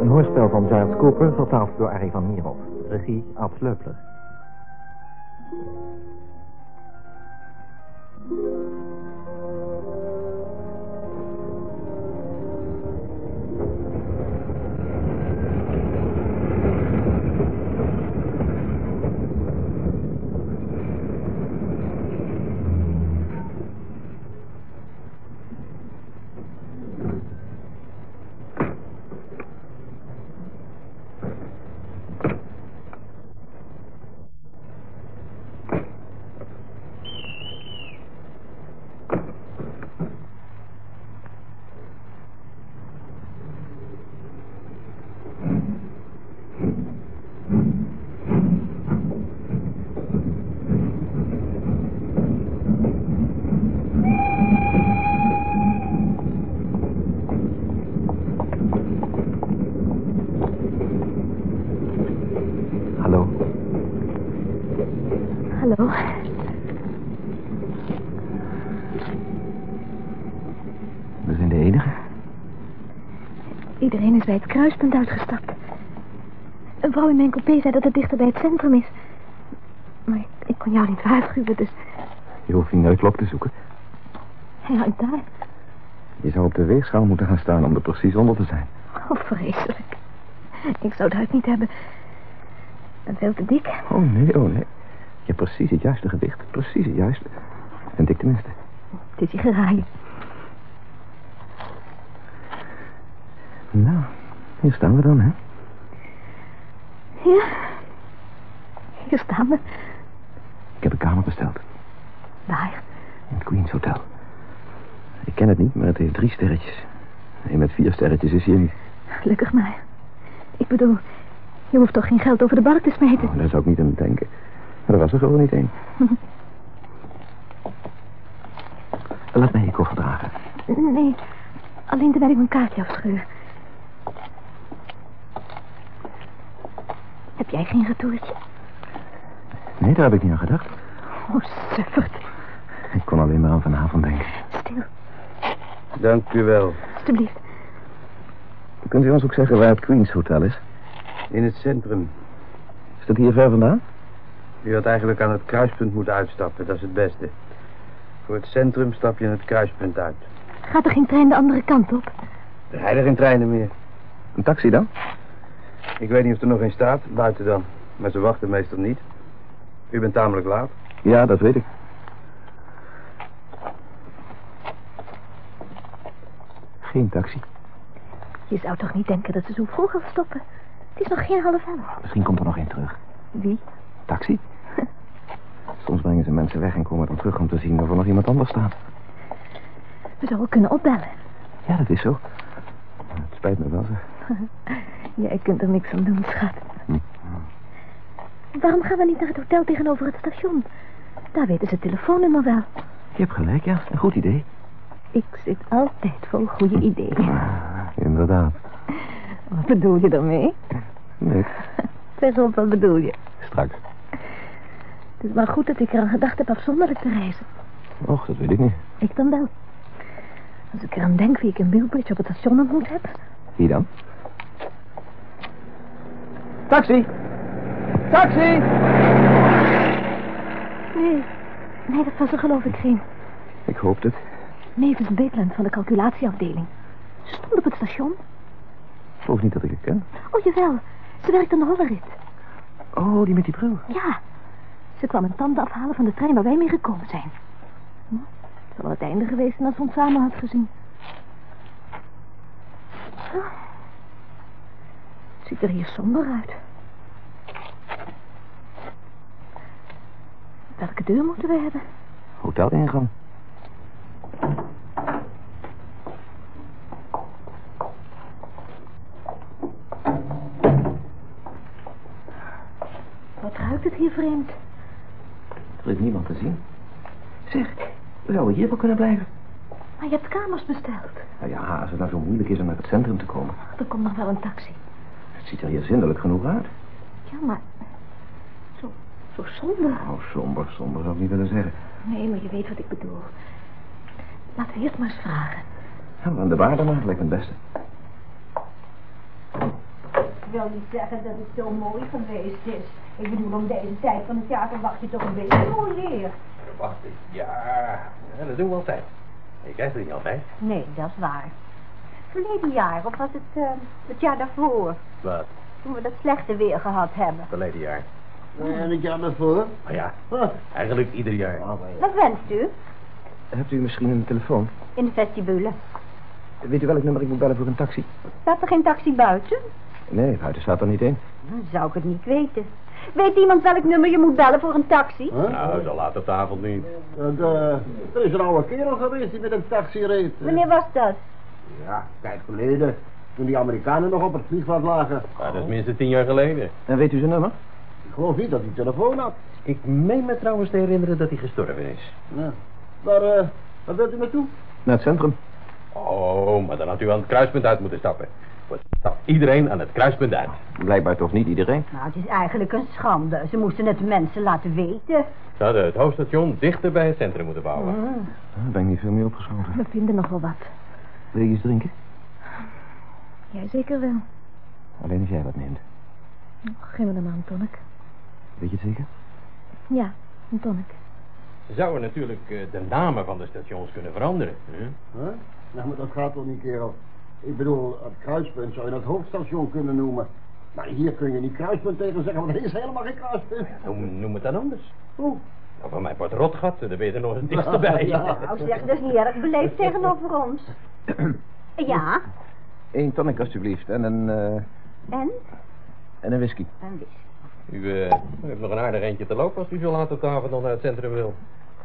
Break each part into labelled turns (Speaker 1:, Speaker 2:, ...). Speaker 1: Een hoorspel van Giles Cooper, vertaald door Arie van Mierhoff. Regie Ad Sleupler. Hallo.
Speaker 2: Hallo.
Speaker 1: We zijn de enige.
Speaker 2: Iedereen is bij het kruispunt uitgestapt. Een vrouw in mijn coupé zei dat het dichter bij het centrum is. Maar ik, ik kon jou niet waarschuwen, dus...
Speaker 1: Je hoeft geen uitklok te zoeken.
Speaker 2: Hij hangt daar.
Speaker 1: Je zou op de weegschaal moeten gaan staan om er precies onder te zijn.
Speaker 2: Oh, vreselijk. Ik zou het huid niet hebben. En veel te dik.
Speaker 1: Oh nee, oh nee. Je hebt precies het juiste gewicht. Precies het juiste. En ik tenminste.
Speaker 2: Het is hier geraaien.
Speaker 1: Nou, hier staan we dan, hè?
Speaker 2: Ja. Hier staan we.
Speaker 1: Ik heb een kamer besteld.
Speaker 2: Daar.
Speaker 1: In het Queen's Hotel. Ik ken het niet, maar het heeft drie sterretjes. Een met vier sterretjes is hier niet.
Speaker 2: Gelukkig maar. Ik bedoel, je hoeft toch geen geld over de balk te smijten?
Speaker 1: Oh, daar zou ik niet aan denken. Maar er was er gewoon niet één. Laat mij je koffer dragen.
Speaker 2: Nee, alleen terwijl ik mijn kaartje afscheur. Heb jij geen retourtje?
Speaker 1: Nee, daar heb ik niet aan gedacht.
Speaker 2: Oh, suffert.
Speaker 1: Ik kon alleen maar aan vanavond denken.
Speaker 2: Stil,
Speaker 3: Dank u wel.
Speaker 2: alstublieft.
Speaker 1: Kunt u ons ook zeggen waar het Queen's Hotel is?
Speaker 3: In het centrum.
Speaker 1: Is dat hier ver vandaan?
Speaker 3: U had eigenlijk aan het kruispunt moeten uitstappen, dat is het beste. Voor het centrum stap je in het kruispunt uit.
Speaker 2: Gaat er geen trein de andere kant op?
Speaker 3: Er rijden geen treinen meer.
Speaker 1: Een taxi dan?
Speaker 3: Ik weet niet of er nog een staat, buiten dan. Maar ze wachten meestal niet. U bent tamelijk laat.
Speaker 1: Ja, dat weet ik. Geen taxi.
Speaker 2: Je zou toch niet denken dat ze zo vroeg al stoppen? Het is nog geen half elf.
Speaker 1: Misschien komt er nog één terug.
Speaker 2: Wie?
Speaker 1: Taxi? Soms brengen ze mensen weg en komen dan terug om te zien of er nog iemand anders staat.
Speaker 2: We zouden kunnen opbellen.
Speaker 1: Ja, dat is zo. Het spijt me wel, zeg.
Speaker 2: Jij kunt er niks aan doen, schat.
Speaker 1: Hm.
Speaker 2: Waarom gaan we niet naar het hotel tegenover het station? Daar weten ze het telefoonnummer wel.
Speaker 1: Je hebt gelijk, ja. Een goed idee.
Speaker 2: Ik zit altijd vol goede ideeën.
Speaker 1: Ah, Inderdaad.
Speaker 2: Wat bedoel je daarmee?
Speaker 1: Niks.
Speaker 2: Zeg op, wat bedoel je?
Speaker 1: Straks.
Speaker 2: Het is maar goed dat ik eraan gedacht heb afzonderlijk te reizen.
Speaker 1: Och, dat weet ik niet.
Speaker 2: Ik dan wel. Als ik eraan denk wie ik in Wilbridge op het station ontmoet heb.
Speaker 1: Wie dan?
Speaker 3: Taxi! Taxi!
Speaker 2: Nee, nee, dat was er geloof ik geen.
Speaker 1: Ik hoop het.
Speaker 2: Mavis Baitland van de calculatieafdeling. Ze stond op het station.
Speaker 1: Ik geloof niet dat ik het ken.
Speaker 2: Oh, jawel. Ze werkt aan de Hollerit.
Speaker 1: Oh, die met die bril.
Speaker 2: Ja. Ze kwam een tante afhalen van de trein waar wij mee gekomen zijn. Hm? Het zou wel het einde geweest zijn als ze ons samen had gezien. Ah. Het ziet er hier somber uit. Welke deur moeten we hebben?
Speaker 1: Hotelingang.
Speaker 2: Wat ruikt het hier vreemd?
Speaker 1: Er is niemand te zien. Zeg, we zouden hier wel kunnen blijven.
Speaker 2: Maar je hebt kamers besteld.
Speaker 1: Nou ja, als het nou zo moeilijk is om naar het centrum te komen.
Speaker 2: Er komt nog wel een taxi.
Speaker 1: Het ziet er hier zindelijk genoeg uit.
Speaker 2: Ja, maar... Zo, zo somber.
Speaker 1: Oh, somber, somber zou ik niet willen zeggen.
Speaker 2: Nee, maar je weet wat ik bedoel. Laten
Speaker 1: Nou,
Speaker 2: we eerst maar eens vragen.
Speaker 1: Ja, maar aan de waarde maar, lijkt me het beste.
Speaker 4: wil niet zeggen dat het zo mooi geweest is. Ik bedoel, om deze tijd van het jaar verwacht je toch een beetje mooi weer.
Speaker 5: Wacht eens. Ja, ja, dat doen we altijd. Je krijgt er niet altijd.
Speaker 4: Nee, dat is waar. Verleden jaar, of was het eh, het jaar daarvoor,
Speaker 5: Wat?
Speaker 4: toen we dat slechte weer gehad hebben.
Speaker 5: Verleden jaar.
Speaker 6: En het jaar daarvoor?
Speaker 5: Maar ja,
Speaker 6: Huh.
Speaker 5: eigenlijk ieder jaar.
Speaker 4: Wat wenst u?
Speaker 1: Hebt u misschien een telefoon?
Speaker 4: In de vestibule.
Speaker 1: Weet u welk nummer ik moet bellen voor een taxi?
Speaker 4: Staat er geen taxi buiten?
Speaker 1: Nee, buiten staat er niet in.
Speaker 4: Dan zou ik het niet weten. Weet iemand welk nummer je moet bellen voor een taxi?
Speaker 6: Huh?
Speaker 5: Nou, zo laat op de avond niet.
Speaker 6: Dat, eh, er is een oude kerel geweest die met een taxi reed. eh.
Speaker 4: Wanneer was dat?
Speaker 6: Ja, een tijd geleden. Toen die Amerikanen nog op het vliegveld lagen.
Speaker 5: Ja, dat is minstens tien jaar geleden.
Speaker 1: En weet u zijn nummer?
Speaker 6: Ik geloof niet dat hij telefoon had.
Speaker 5: Ik meen me trouwens te herinneren dat hij gestorven is.
Speaker 6: Ja. Maar, eh, waar wilt u naartoe?
Speaker 1: Naar het centrum.
Speaker 5: Oh, maar dan had u aan het kruispunt uit moeten stappen. Wat stapt iedereen aan het kruispunt uit?
Speaker 1: Blijkbaar toch niet iedereen.
Speaker 4: Nou, het is eigenlijk een schande. Ze moesten het mensen laten weten.
Speaker 5: Ze hadden het hoofdstation dichter bij het centrum moeten bouwen.
Speaker 1: Ah, Daar ben ik niet veel meer opgeschoten.
Speaker 2: We vinden nog wel wat.
Speaker 1: Wil je iets drinken?
Speaker 2: Jij zeker wel.
Speaker 1: Alleen als jij wat neemt.
Speaker 2: Geef me hem aan, Tonic.
Speaker 1: Weet je het zeker?
Speaker 2: Ja, een tonic.
Speaker 5: Ze zouden natuurlijk eh, de namen van de stations kunnen veranderen. Hè?
Speaker 6: Huh? Nou, maar dat gaat toch niet, kerel. Ik bedoel, het kruispunt zou je het hoofdstation kunnen noemen. Maar hier kun je niet kruispunt tegen zeggen, want er is helemaal geen kruispunt.
Speaker 5: Noem, noem het dan anders.
Speaker 6: Oeh.
Speaker 5: Nou, van mijn part rotgat, dan ben je er nog eens dichterbij.
Speaker 6: Ja.
Speaker 4: Nou zeg, dat is niet erg beleefd tegenover ons. Ja,
Speaker 1: Eén tonic alstublieft en een, eh,
Speaker 4: en?
Speaker 1: en een whisky.
Speaker 4: Een whisky.
Speaker 5: U eh, u hebt nog een aardig eentje te lopen als u zo laat op de avond nog naar het centrum wil.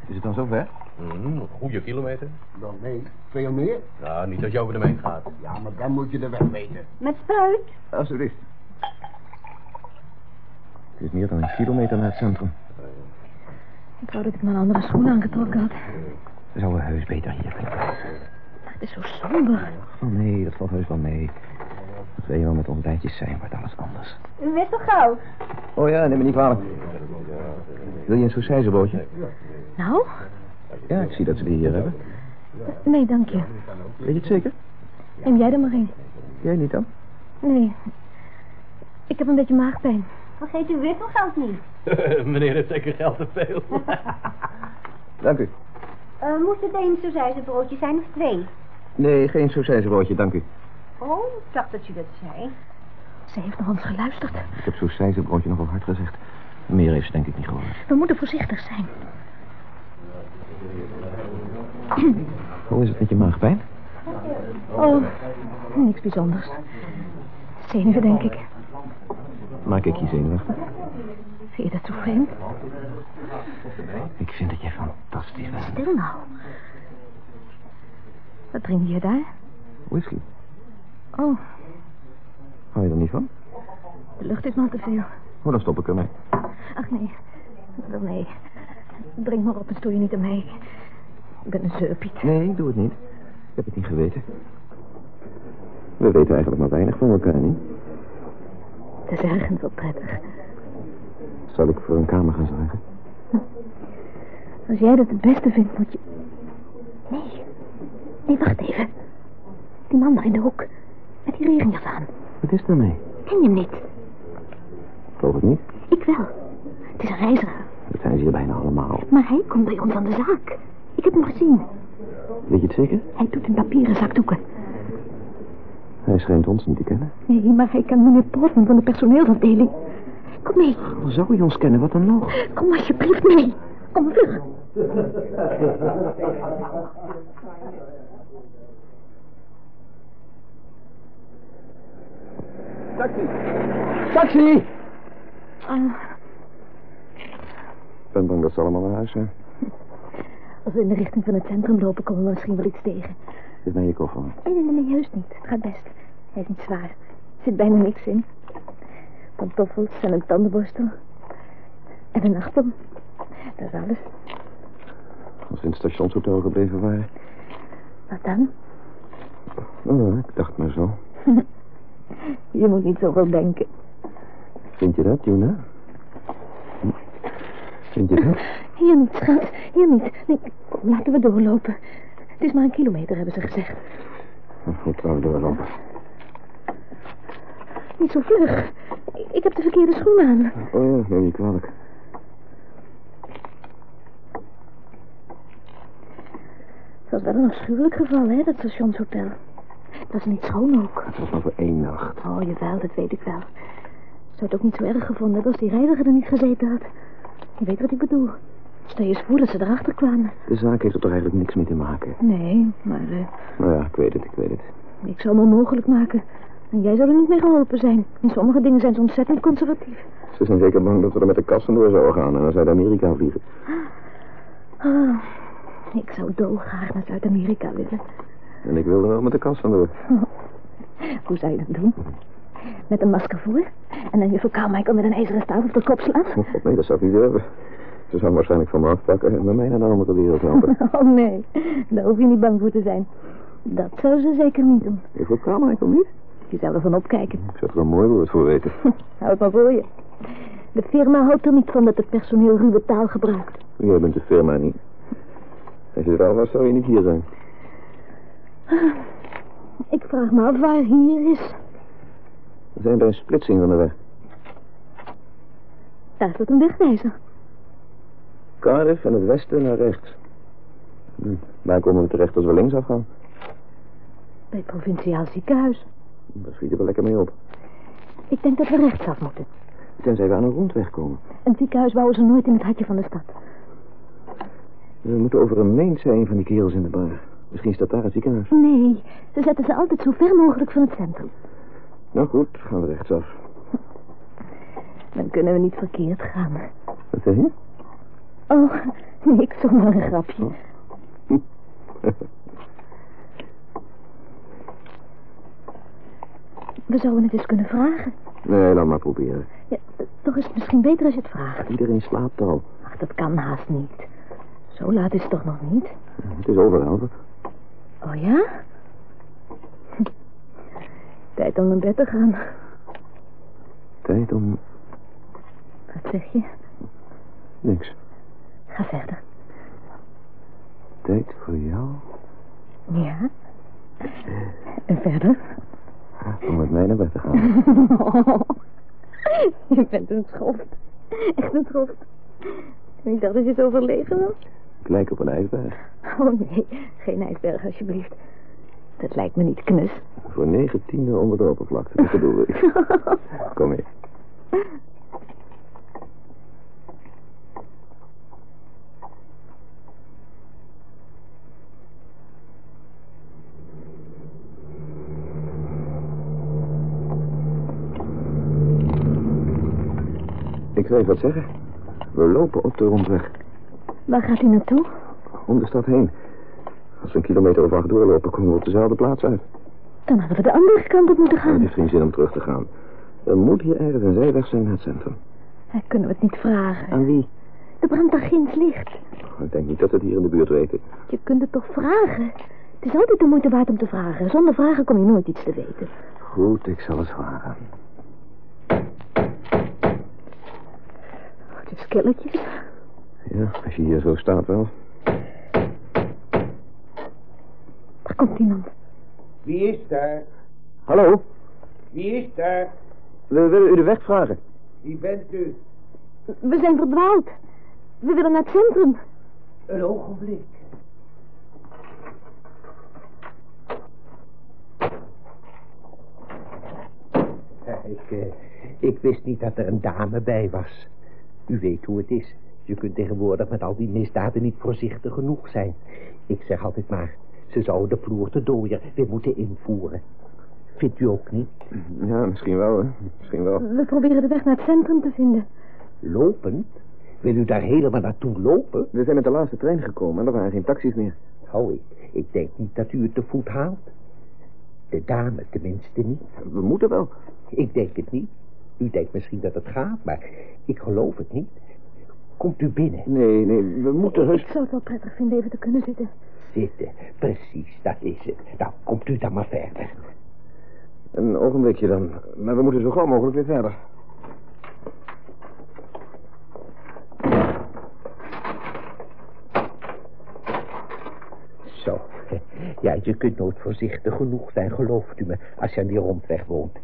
Speaker 1: Is het dan zover?
Speaker 5: Mhm,
Speaker 6: Mm-hmm.
Speaker 5: een goede kilometer.
Speaker 6: Dan nee, veel meer.
Speaker 5: Nou, niet als je over de meet gaat.
Speaker 6: Ja, maar dan moet je de weg weten.
Speaker 4: Met spruit?
Speaker 1: Alsjeblieft. Het is meer dan een kilometer naar het centrum.
Speaker 2: Ik wou dat ik mijn andere schoen aangetrokken had.
Speaker 1: We zouden heus beter hier drinken.
Speaker 2: Het is zo somber.
Speaker 1: Oh nee, dat valt heus wel mee. Dat wil je wel met ontbijtjes zijn, wordt alles anders.
Speaker 4: U wist toch gauw?
Speaker 1: Oh ja, neem me niet kwalijk. Wil je een sausijzenbootje?
Speaker 2: Nou?
Speaker 1: Ja, ik zie dat ze die hier hebben.
Speaker 2: Nee, dank je.
Speaker 1: Weet je het zeker?
Speaker 2: Neem jij er maar een.
Speaker 1: Jij niet dan?
Speaker 2: Nee. Ik heb een beetje maagpijn.
Speaker 4: Vergeet uw wisselgeld niet.
Speaker 5: Meneer heeft zeker geld te veel.
Speaker 1: Dank u.
Speaker 4: Eh, moest het één broodje zijn of twee?
Speaker 1: Nee, geen sausijzenbootje, dank u.
Speaker 4: Oh, ik dacht dat je dat zei.
Speaker 2: Ze heeft naar ons geluisterd.
Speaker 1: Ik heb sausijzenbootje nogal hard gezegd. Meer heeft ze denk ik niet gehoord.
Speaker 2: We moeten voorzichtig zijn.
Speaker 1: Hoe is het met je maagpijn?
Speaker 2: Oh, niks bijzonders. Zenuwen, denk ik.
Speaker 1: Maak ik je zenuwachtig?
Speaker 2: Vind je dat zo vreemd?
Speaker 1: Ik vind dat jij fantastisch bent.
Speaker 2: Stil nou. Wat drink je daar?
Speaker 1: Whisky,
Speaker 2: Oh,
Speaker 1: hou je er niet van?
Speaker 2: de lucht is maar te veel.
Speaker 1: Oh, dan stop ik ermee.
Speaker 2: Ach nee, wel nee. Drink maar op en stoei je niet aan mij. Ik ben een zeurpiet.
Speaker 1: Nee, ik doe het niet. Ik heb het niet geweten. We weten eigenlijk maar weinig van elkaar, niet?
Speaker 2: Het is ergens wel prettig.
Speaker 1: Zal ik voor een kamer gaan zorgen?
Speaker 2: Als jij dat het beste vindt, moet je... Nee. Nee, wacht even. Die man daar in de hoek. Met die regenjas aan.
Speaker 1: Wat is daarmee?
Speaker 2: Ken je hem niet?
Speaker 1: Volg het niet.
Speaker 2: Ik wel. Het is een reiziger.
Speaker 1: Dat zijn ze hier bijna allemaal.
Speaker 2: Maar hij komt bij ons aan de zaak. Ik heb hem gezien.
Speaker 1: Weet je het zeker?
Speaker 2: Hij doet een papieren zakdoeken.
Speaker 1: Hij schijnt ons niet te kennen.
Speaker 2: Nee, maar hij kan meneer Portman van de personeelsafdeling. Kom mee.
Speaker 1: Zou hij ons kennen? Wat dan nog?
Speaker 2: Kom alsjeblieft mee. Kom vlug.
Speaker 1: Taxi!
Speaker 2: Ah,
Speaker 1: Ik ben bang dat ze allemaal naar huis zijn.
Speaker 2: als we in de richting van het centrum lopen, komen we misschien wel iets tegen.
Speaker 1: Geef mij je koffer.
Speaker 2: Nee, nee, nee, juist niet. Het gaat best. Hij is niet zwaar. Er zit bijna niks in. Pantoffels en een tandenborstel. En een nachtplan. Dat is alles.
Speaker 1: Als we in het stationshotel gebleven waren.
Speaker 2: Wat dan?
Speaker 1: Oh, ik dacht maar zo.
Speaker 2: Je moet niet zoveel denken.
Speaker 1: Vind je dat, Juna? Hm? Vind je dat?
Speaker 2: Hier niet, schat. Hier niet. Nee, kom, laten we doorlopen. Het is maar een
Speaker 1: Oh,
Speaker 2: kilometer, hebben ze gezegd.
Speaker 1: Nou, Goed, laten we doorlopen.
Speaker 2: Niet zo vlug. Ik, ik heb de verkeerde schoenen aan.
Speaker 1: Oh ja, neem je kwalijk.
Speaker 2: Het was wel een afschuwelijk geval, hè, dat stationshotel. Het was niet schoon ook.
Speaker 1: Het was maar voor één nacht.
Speaker 2: Oh, jawel, dat weet ik wel. Ik zou het ook niet zo erg gevonden hebben als die reiziger er niet gezeten had. Je weet wat ik bedoel. Stel je eens voor dat ze erachter kwamen.
Speaker 1: De zaak heeft er toch eigenlijk niks mee te maken.
Speaker 2: Nee, maar eh,
Speaker 1: Nou ja, ik weet het, ik weet het.
Speaker 2: ik zou me mogelijk maken. En jij zou er niet mee geholpen zijn. In sommige dingen zijn ze ontzettend conservatief.
Speaker 1: Ze zijn zeker bang dat we er met de kassen door zouden gaan en naar Zuid-Amerika vliegen.
Speaker 2: Ah, ik zou dolgraag naar Zuid-Amerika willen.
Speaker 1: En ik wilde wel met de kassen door.
Speaker 2: Hoe zou je dat doen? Met een masker voor? En dan juffrouw Carmichael met een ijzeren staaf op de kop slaan?
Speaker 1: Oh, god, nee, dat zou ik niet durven. Ze zou hem waarschijnlijk van me afpakken en met mij naar de andere wereld helpen.
Speaker 2: Oh nee, daar hoef je niet bang voor te zijn. Dat zou ze zeker niet doen.
Speaker 1: Heeft ook kamer, ik hem niet.
Speaker 2: Je zou ervan opkijken.
Speaker 1: Ik zou er een mooi woord voor weten.
Speaker 2: Hou het maar voor je. De firma houdt er niet van dat het personeel ruwe taal gebruikt.
Speaker 1: Jij bent de firma niet. Als je er al was, zou je niet hier zijn.
Speaker 2: Ik vraag me af waar hier is.
Speaker 1: We zijn bij een splitsing van de weg.
Speaker 2: Daar staat een wegwijzer.
Speaker 1: Cardiff en het westen naar rechts. Hm. Waar komen we terecht als we links afgaan?
Speaker 2: Bij het provinciaal ziekenhuis.
Speaker 1: Daar schieten we lekker mee op.
Speaker 2: Ik denk dat we rechtsaf moeten.
Speaker 1: Tenzij we aan een rondweg komen.
Speaker 2: Een ziekenhuis bouwen ze nooit in het hartje van de stad.
Speaker 1: We moeten over een meent zijn van die kerels in de bar. Misschien staat daar het ziekenhuis.
Speaker 2: Nee, ze zetten ze altijd zo ver mogelijk van het centrum.
Speaker 1: Nou goed, gaan we rechtsaf.
Speaker 2: Dan kunnen we niet verkeerd gaan.
Speaker 1: Wat zeg je?
Speaker 2: Oh, niks, zomaar een grapje. We zouden het eens kunnen vragen.
Speaker 1: Nee, laat maar proberen.
Speaker 2: Ja, eh, toch is het misschien beter als je het vraagt.
Speaker 1: Iedereen slaapt al.
Speaker 2: Ach, dat kan haast niet. Zo laat is het toch nog niet?
Speaker 1: Het is over Albert.
Speaker 2: Oh ja? Hm. Tijd om naar bed te gaan.
Speaker 1: Tijd om
Speaker 2: Wat zeg je?
Speaker 1: niks.
Speaker 2: Ga verder.
Speaker 1: Tijd voor jou
Speaker 2: Ja? En verder?
Speaker 1: om met mij naar bed te gaan.
Speaker 2: je bent een schoft. Echt een schoft. Ik dacht dat je het overlegen was.
Speaker 1: Ik lijk op een ijsberg.
Speaker 2: Oh nee, geen ijsberg alsjeblieft. Dat lijkt me niet knus.
Speaker 1: Voor negen tienden onder de oppervlakte. Dat bedoel ik. Kom mee. Ik zal je wat zeggen. We lopen op de rondweg.
Speaker 2: Waar gaat hij naartoe?
Speaker 1: Om de stad heen. Als we een kilometer of acht doorlopen, komen we op dezelfde plaats uit.
Speaker 2: Dan hadden we de andere kant op moeten
Speaker 1: Maar het
Speaker 2: gaan.
Speaker 1: heeft geen zin om terug te gaan. Er moet hier ergens een zijweg zijn naar het centrum.
Speaker 2: Hij kunnen we het niet vragen.
Speaker 1: Aan wie?
Speaker 2: De brand daar ginds ligt.
Speaker 1: Ik denk niet dat we het hier in de buurt weten.
Speaker 2: Je kunt het toch vragen? Het is altijd de moeite waard om te vragen. Zonder vragen kom je nooit iets te weten.
Speaker 1: Goed, ik zal het vragen.
Speaker 2: Het is killetjes.
Speaker 1: Ja, als je hier zo staat wel.
Speaker 2: Daar komt iemand.
Speaker 6: Wie is daar?
Speaker 1: Hallo,
Speaker 6: Wie is daar?
Speaker 1: we willen u de weg vragen.
Speaker 6: Wie bent u?
Speaker 2: We zijn verdwaald. We willen naar het centrum.
Speaker 6: Een ogenblik. Ja, Ik, eh, ik wist niet dat er een dame bij was. U weet hoe het is. Je kunt tegenwoordig met al die misdaden niet voorzichtig genoeg zijn. Ik zeg altijd maar, ze zouden de vloer te dooier weer moeten invoeren. Vindt u ook niet?
Speaker 1: Ja, misschien wel, hè. Misschien wel.
Speaker 2: We proberen de weg naar het centrum te vinden.
Speaker 6: Lopend? Wil u daar helemaal naartoe lopen?
Speaker 1: We zijn met de laatste trein gekomen en er waren geen taxis meer.
Speaker 6: Oh, ik, ik denk niet dat u het te voet haalt. De dame tenminste niet.
Speaker 1: We moeten wel.
Speaker 6: Ik denk het niet. U denkt misschien dat het gaat, maar ik geloof het niet. Komt u binnen.
Speaker 1: Nee, nee, we moeten
Speaker 2: Ik
Speaker 1: heus...
Speaker 2: zou het wel prettig vinden even te kunnen zitten.
Speaker 6: Zitten. Precies, dat is het. Nou, komt u dan maar verder.
Speaker 1: Een ogenblikje dan. Maar we moeten zo gauw mogelijk weer verder.
Speaker 6: Zo. Ja, je kunt nooit voorzichtig genoeg zijn, gelooft u me, als je aan die rondweg woont.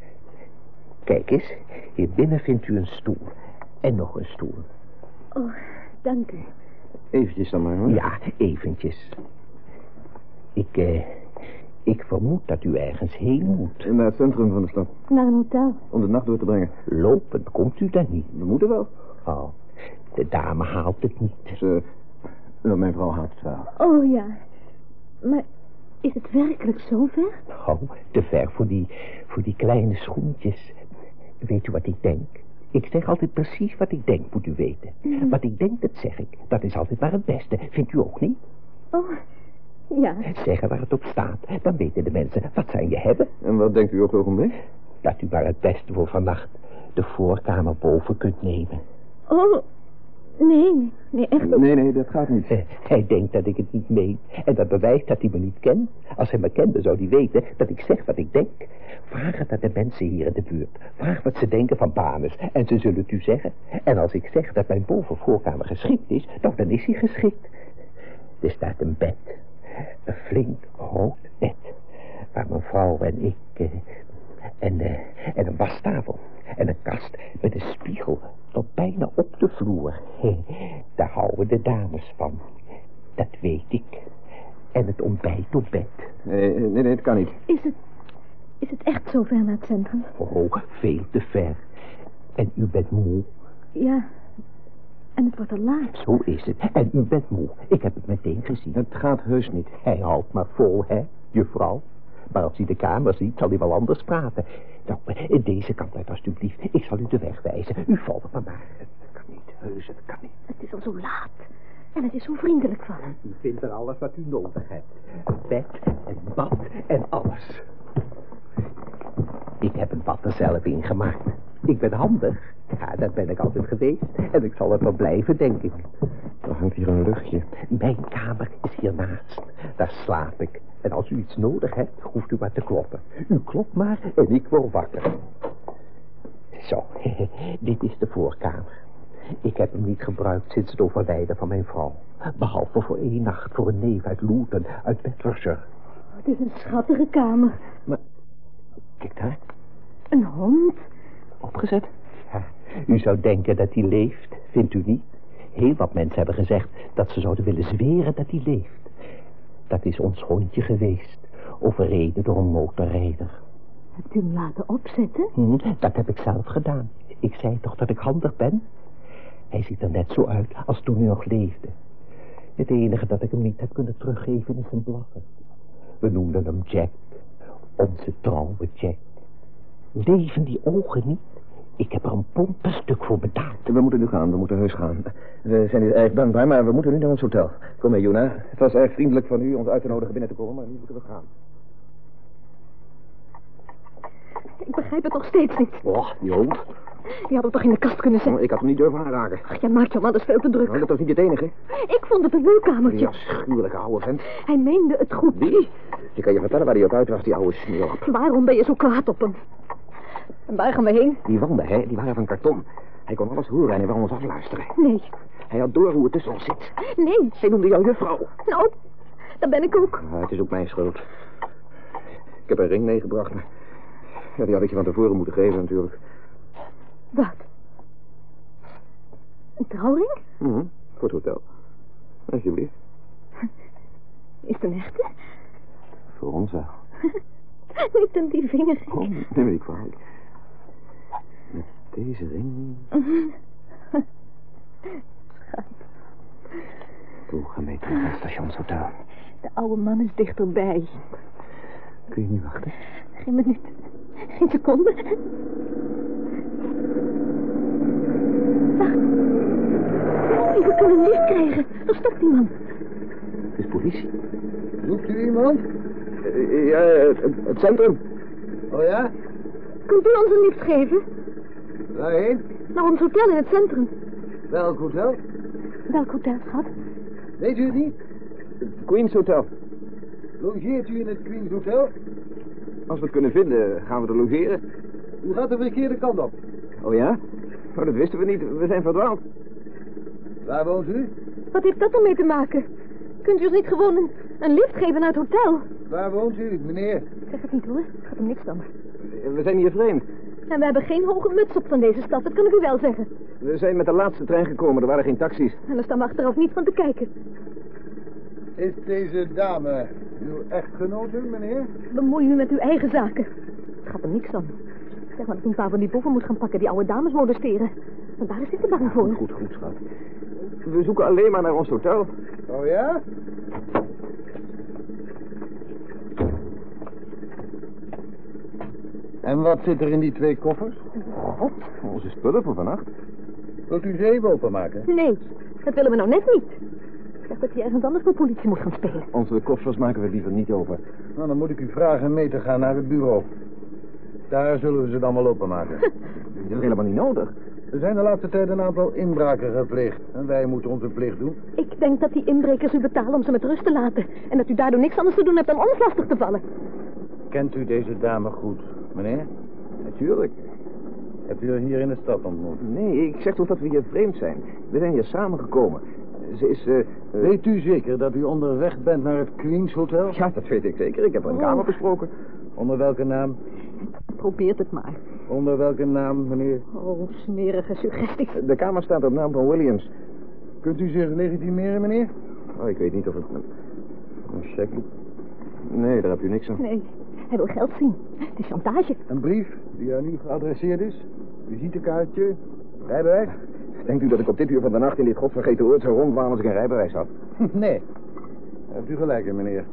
Speaker 1: Kijk eens, hier binnen vindt u een stoel. En nog een stoel.
Speaker 2: Oh, dank u.
Speaker 7: Eventjes dan maar, hoor.
Speaker 1: Ja,
Speaker 6: Ah,
Speaker 1: eventjes. Ik, eh, ik vermoed dat u ergens heen moet.
Speaker 7: Naar het centrum van de stad.
Speaker 2: Naar een hotel.
Speaker 7: Om de nacht door te brengen.
Speaker 1: Lopend komt u daar niet.
Speaker 7: We moeten wel.
Speaker 1: Oh, de dame haalt het niet.
Speaker 7: Ze... Nou, mijn vrouw haalt het
Speaker 1: eh,
Speaker 7: wel.
Speaker 2: Oh ja. Maar is het werkelijk zo ver?
Speaker 1: Oh, te ver voor die, voor die kleine schoentjes. Weet u wat ik denk? Ik zeg altijd precies wat ik denk, moet u weten. Wat ik denk, dat zeg ik. Dat is altijd maar het beste. Vindt u ook niet?
Speaker 2: Oh, ja.
Speaker 1: Zeggen waar het op staat. Dan weten de mensen wat ze aan je hebben.
Speaker 7: En wat denkt u op het ogenblik?
Speaker 1: Dat u maar het beste voor vannacht de voorkamer boven kunt nemen.
Speaker 2: Oh, nee, nee, nee, echt.
Speaker 7: Nee, nee, dat gaat niet.
Speaker 1: Eh, Hij denkt dat ik het niet meen. En dat bewijst dat hij me niet kent. Als hij me kende, zou hij weten dat ik zeg wat ik denk. Vraag het aan de mensen hier in de buurt. Vraag wat ze denken van Banus. En ze zullen het u zeggen. En als ik zeg dat mijn bovenvoorkamer geschikt is, dan, dan is hij geschikt. Er staat een bed. Een flink rood bed. Waar mijn vrouw en ik... eh, en, eh, en een wastafel. En een kast met een spiegel tot bijna op de vloer. Daar houden de dames van. Dat weet ik. En het ontbijt op bed.
Speaker 7: Nee, nee, nee, het kan niet.
Speaker 2: Is het, is het echt zo ver naar het centrum?
Speaker 1: Oh, veel te ver. En u bent moe.
Speaker 2: Ja. En het wordt al laat.
Speaker 1: Zo is het. En u bent moe. Ik heb het meteen gezien.
Speaker 7: Het gaat heus niet.
Speaker 1: Hij houdt maar vol, hè, juffrouw. Maar als hij de kamer ziet, zal hij wel anders praten. Nou, eh, deze kant uit alstublieft. Ik zal u de weg wijzen. U volgt me maar. Het kan niet, heus, het kan niet.
Speaker 2: Het is al zo laat. En het is zo vriendelijk van hem.
Speaker 1: U vindt er alles wat u nodig hebt. Een bed, een bad en alles. Ik heb een bad er zelf in gemaakt. Ik ben handig. Ja, dat ben ik altijd geweest. En ik zal er van blijven, denk ik.
Speaker 7: Er hangt hier een luchtje.
Speaker 1: Mijn kamer is hiernaast. Daar slaap ik. En als u iets nodig hebt, hoeft u maar te kloppen. U klopt maar en ik word wakker. Zo, dit is de voorkamer. Ik heb hem niet gebruikt sinds het overlijden van mijn vrouw. Behalve voor één nacht voor een neef uit Luton, uit Bedfordshire.
Speaker 2: Het is een schattige kamer.
Speaker 7: Kijk daar.
Speaker 2: Een hond.
Speaker 7: Opgezet.
Speaker 1: Ja, u zou denken dat hij leeft, vindt u niet? Heel wat mensen hebben gezegd dat ze zouden willen zweren dat hij leeft. Dat is ons hondje geweest, overreden door een motorrijder.
Speaker 2: Hebt u hem laten opzetten?
Speaker 1: Hm, dat heb ik zelf gedaan. Ik zei toch dat ik handig ben? Hij ziet er net zo uit als toen hij nog leefde. Het enige dat ik hem niet heb kunnen teruggeven is een blaffen. We noemden hem Jack. Onze trouwe Jack. Leven die ogen niet? Ik heb er een pompenstuk voor betaald.
Speaker 7: We moeten nu gaan, we moeten heus gaan. We zijn hier erg dankbaar, maar we moeten nu naar ons hotel. Kom mee, Juna. Het was erg vriendelijk van u ons uit te nodigen binnen te komen, maar nu moeten we gaan.
Speaker 2: Ik begrijp het nog steeds niet.
Speaker 7: Och, die hond.
Speaker 2: Je had het toch in de kast kunnen zetten?
Speaker 7: ik had hem niet durven aanraken.
Speaker 2: Ach, jij maakt je man dus veel te druk.
Speaker 7: Nou, dat was niet het enige.
Speaker 2: Ik vond het een leuk kamertje.
Speaker 7: Die afschuwelijke oude vent.
Speaker 2: Hij meende het goed.
Speaker 7: Die? Ik kan je vertellen waar hij op uit was, die oude sneeuw.
Speaker 2: Waarom ben je zo kwaad op hem? En waar gaan we heen?
Speaker 7: Die wanden, hè, die waren van karton. Hij kon alles horen en hij wou ons afluisteren.
Speaker 2: Nee,
Speaker 7: Hij had door hoe het tussen ons zit.
Speaker 2: nee.
Speaker 7: Hij noemde jou juffrouw.
Speaker 2: Nou, daar ben ik ook.
Speaker 7: Ja, Ah, het is ook mijn schuld. Ik heb een ring meegebracht, maar... Ja, die had ik je van tevoren moeten geven, natuurlijk.
Speaker 2: Wat? Een trouwring?
Speaker 7: Mhm, Voor het hotel. Alsjeblieft.
Speaker 2: Is het een echte?
Speaker 7: Voor ons wel.
Speaker 2: Niet aan die vinger.
Speaker 7: Oh, neem me niet kwalijk. Met deze ring... Toe, ga mee terug naar het stationshotel.
Speaker 2: De oude man is dichterbij.
Speaker 7: Kun je niet wachten?
Speaker 2: Geen minuut. Geen seconde. Wacht. Oh, Nee, we kunnen licht krijgen. Daar staat die man.
Speaker 7: Het is politie.
Speaker 6: Zoekt u iemand?
Speaker 1: Eh,
Speaker 7: Ja, het, het centrum.
Speaker 6: Oh ja?
Speaker 2: Kunt u ons een lift geven?
Speaker 5: Nou,
Speaker 6: Waarheen?
Speaker 2: Naar ons hotel in het centrum.
Speaker 6: Welk hotel?
Speaker 2: Welk hotel, schat?
Speaker 6: Weet u het niet?
Speaker 7: Het Queen's Hotel.
Speaker 6: Logeert u in het Queen's Hotel?
Speaker 7: Als we het kunnen vinden, gaan we er logeren.
Speaker 6: U gaat de verkeerde kant op.
Speaker 7: Oh ja? Oh, dat wisten we niet. We zijn verdwaald.
Speaker 6: Waar woont u?
Speaker 2: Wat heeft dat ermee te maken? Kunt u ons niet gewoon een, een lift geven naar het hotel?
Speaker 6: Waar woont u, meneer?
Speaker 2: Zeg het niet hoor, gaat hem niks dan.
Speaker 7: We zijn hier vreemd.
Speaker 2: En we hebben geen hoge muts op van deze stad, dat kan ik u wel zeggen.
Speaker 1: We zijn met de laatste trein gekomen, er waren geen taxis.
Speaker 2: En daar staan we achteraf niet van te kijken.
Speaker 5: Is deze dame uw echtgenote, meneer?
Speaker 2: Bemoei u met uw eigen zaken. Het gaat er niks aan. Zeg maar dat ik een paar van die boeven moet gaan pakken die oude dames molesteren. Want daar is ik te bang voor.
Speaker 6: Oh.
Speaker 1: Goed, goed, schat. We zoeken alleen maar naar ons hotel.
Speaker 5: Oh ja? En wat zit er in die twee koffers?
Speaker 1: God, onze spullen voor vannacht.
Speaker 5: Wilt u ze even openmaken?
Speaker 2: Nee, dat willen we nou net niet. Zeg dat je ergens anders voor politie moet gaan spelen.
Speaker 1: Onze koffers maken we liever niet open.
Speaker 5: Nou, dan moet ik u vragen mee te gaan naar het bureau. Daar zullen we ze dan wel openmaken.
Speaker 1: Dat is helemaal niet nodig.
Speaker 5: Er zijn de laatste tijd een aantal inbraken gepleegd. En wij moeten onze plicht doen.
Speaker 2: Ik denk dat die inbrekers u betalen om ze met rust te laten. En dat u daardoor niks anders te doen hebt dan ons lastig te vallen.
Speaker 5: Kent u deze dame goed, meneer?
Speaker 1: Natuurlijk.
Speaker 5: Hebt u haar hier in de stad ontmoet?
Speaker 1: Nee, ik zeg toch dat we hier vreemd zijn. We zijn hier samengekomen. Ze is... eh, eh,
Speaker 5: Weet u zeker dat u onderweg bent naar het Queens Hotel?
Speaker 1: Ja, dat weet ik zeker. Ik heb haar een
Speaker 2: Oh.
Speaker 1: kamer besproken.
Speaker 5: Onder welke naam?
Speaker 2: Probeert het maar.
Speaker 5: Onder welke naam, meneer?
Speaker 2: Oh, smerige suggesties.
Speaker 1: De kamer staat op naam van Williams.
Speaker 5: Kunt u zich legitimeren, meneer?
Speaker 1: Oh, ik weet niet of het... Een een checkboek? Nee, daar heb je niks aan.
Speaker 2: Nee, hij wil geld zien. Het is chantage.
Speaker 5: Een brief die aan u geadresseerd is. Visitekaartje. Rijbewijs?
Speaker 1: Denkt u dat ik op dit uur van de nacht in dit godvergeten oord zou rondwalen als ik een rijbewijs had?
Speaker 5: nee. Daar Hebt u gelijk in, meneer.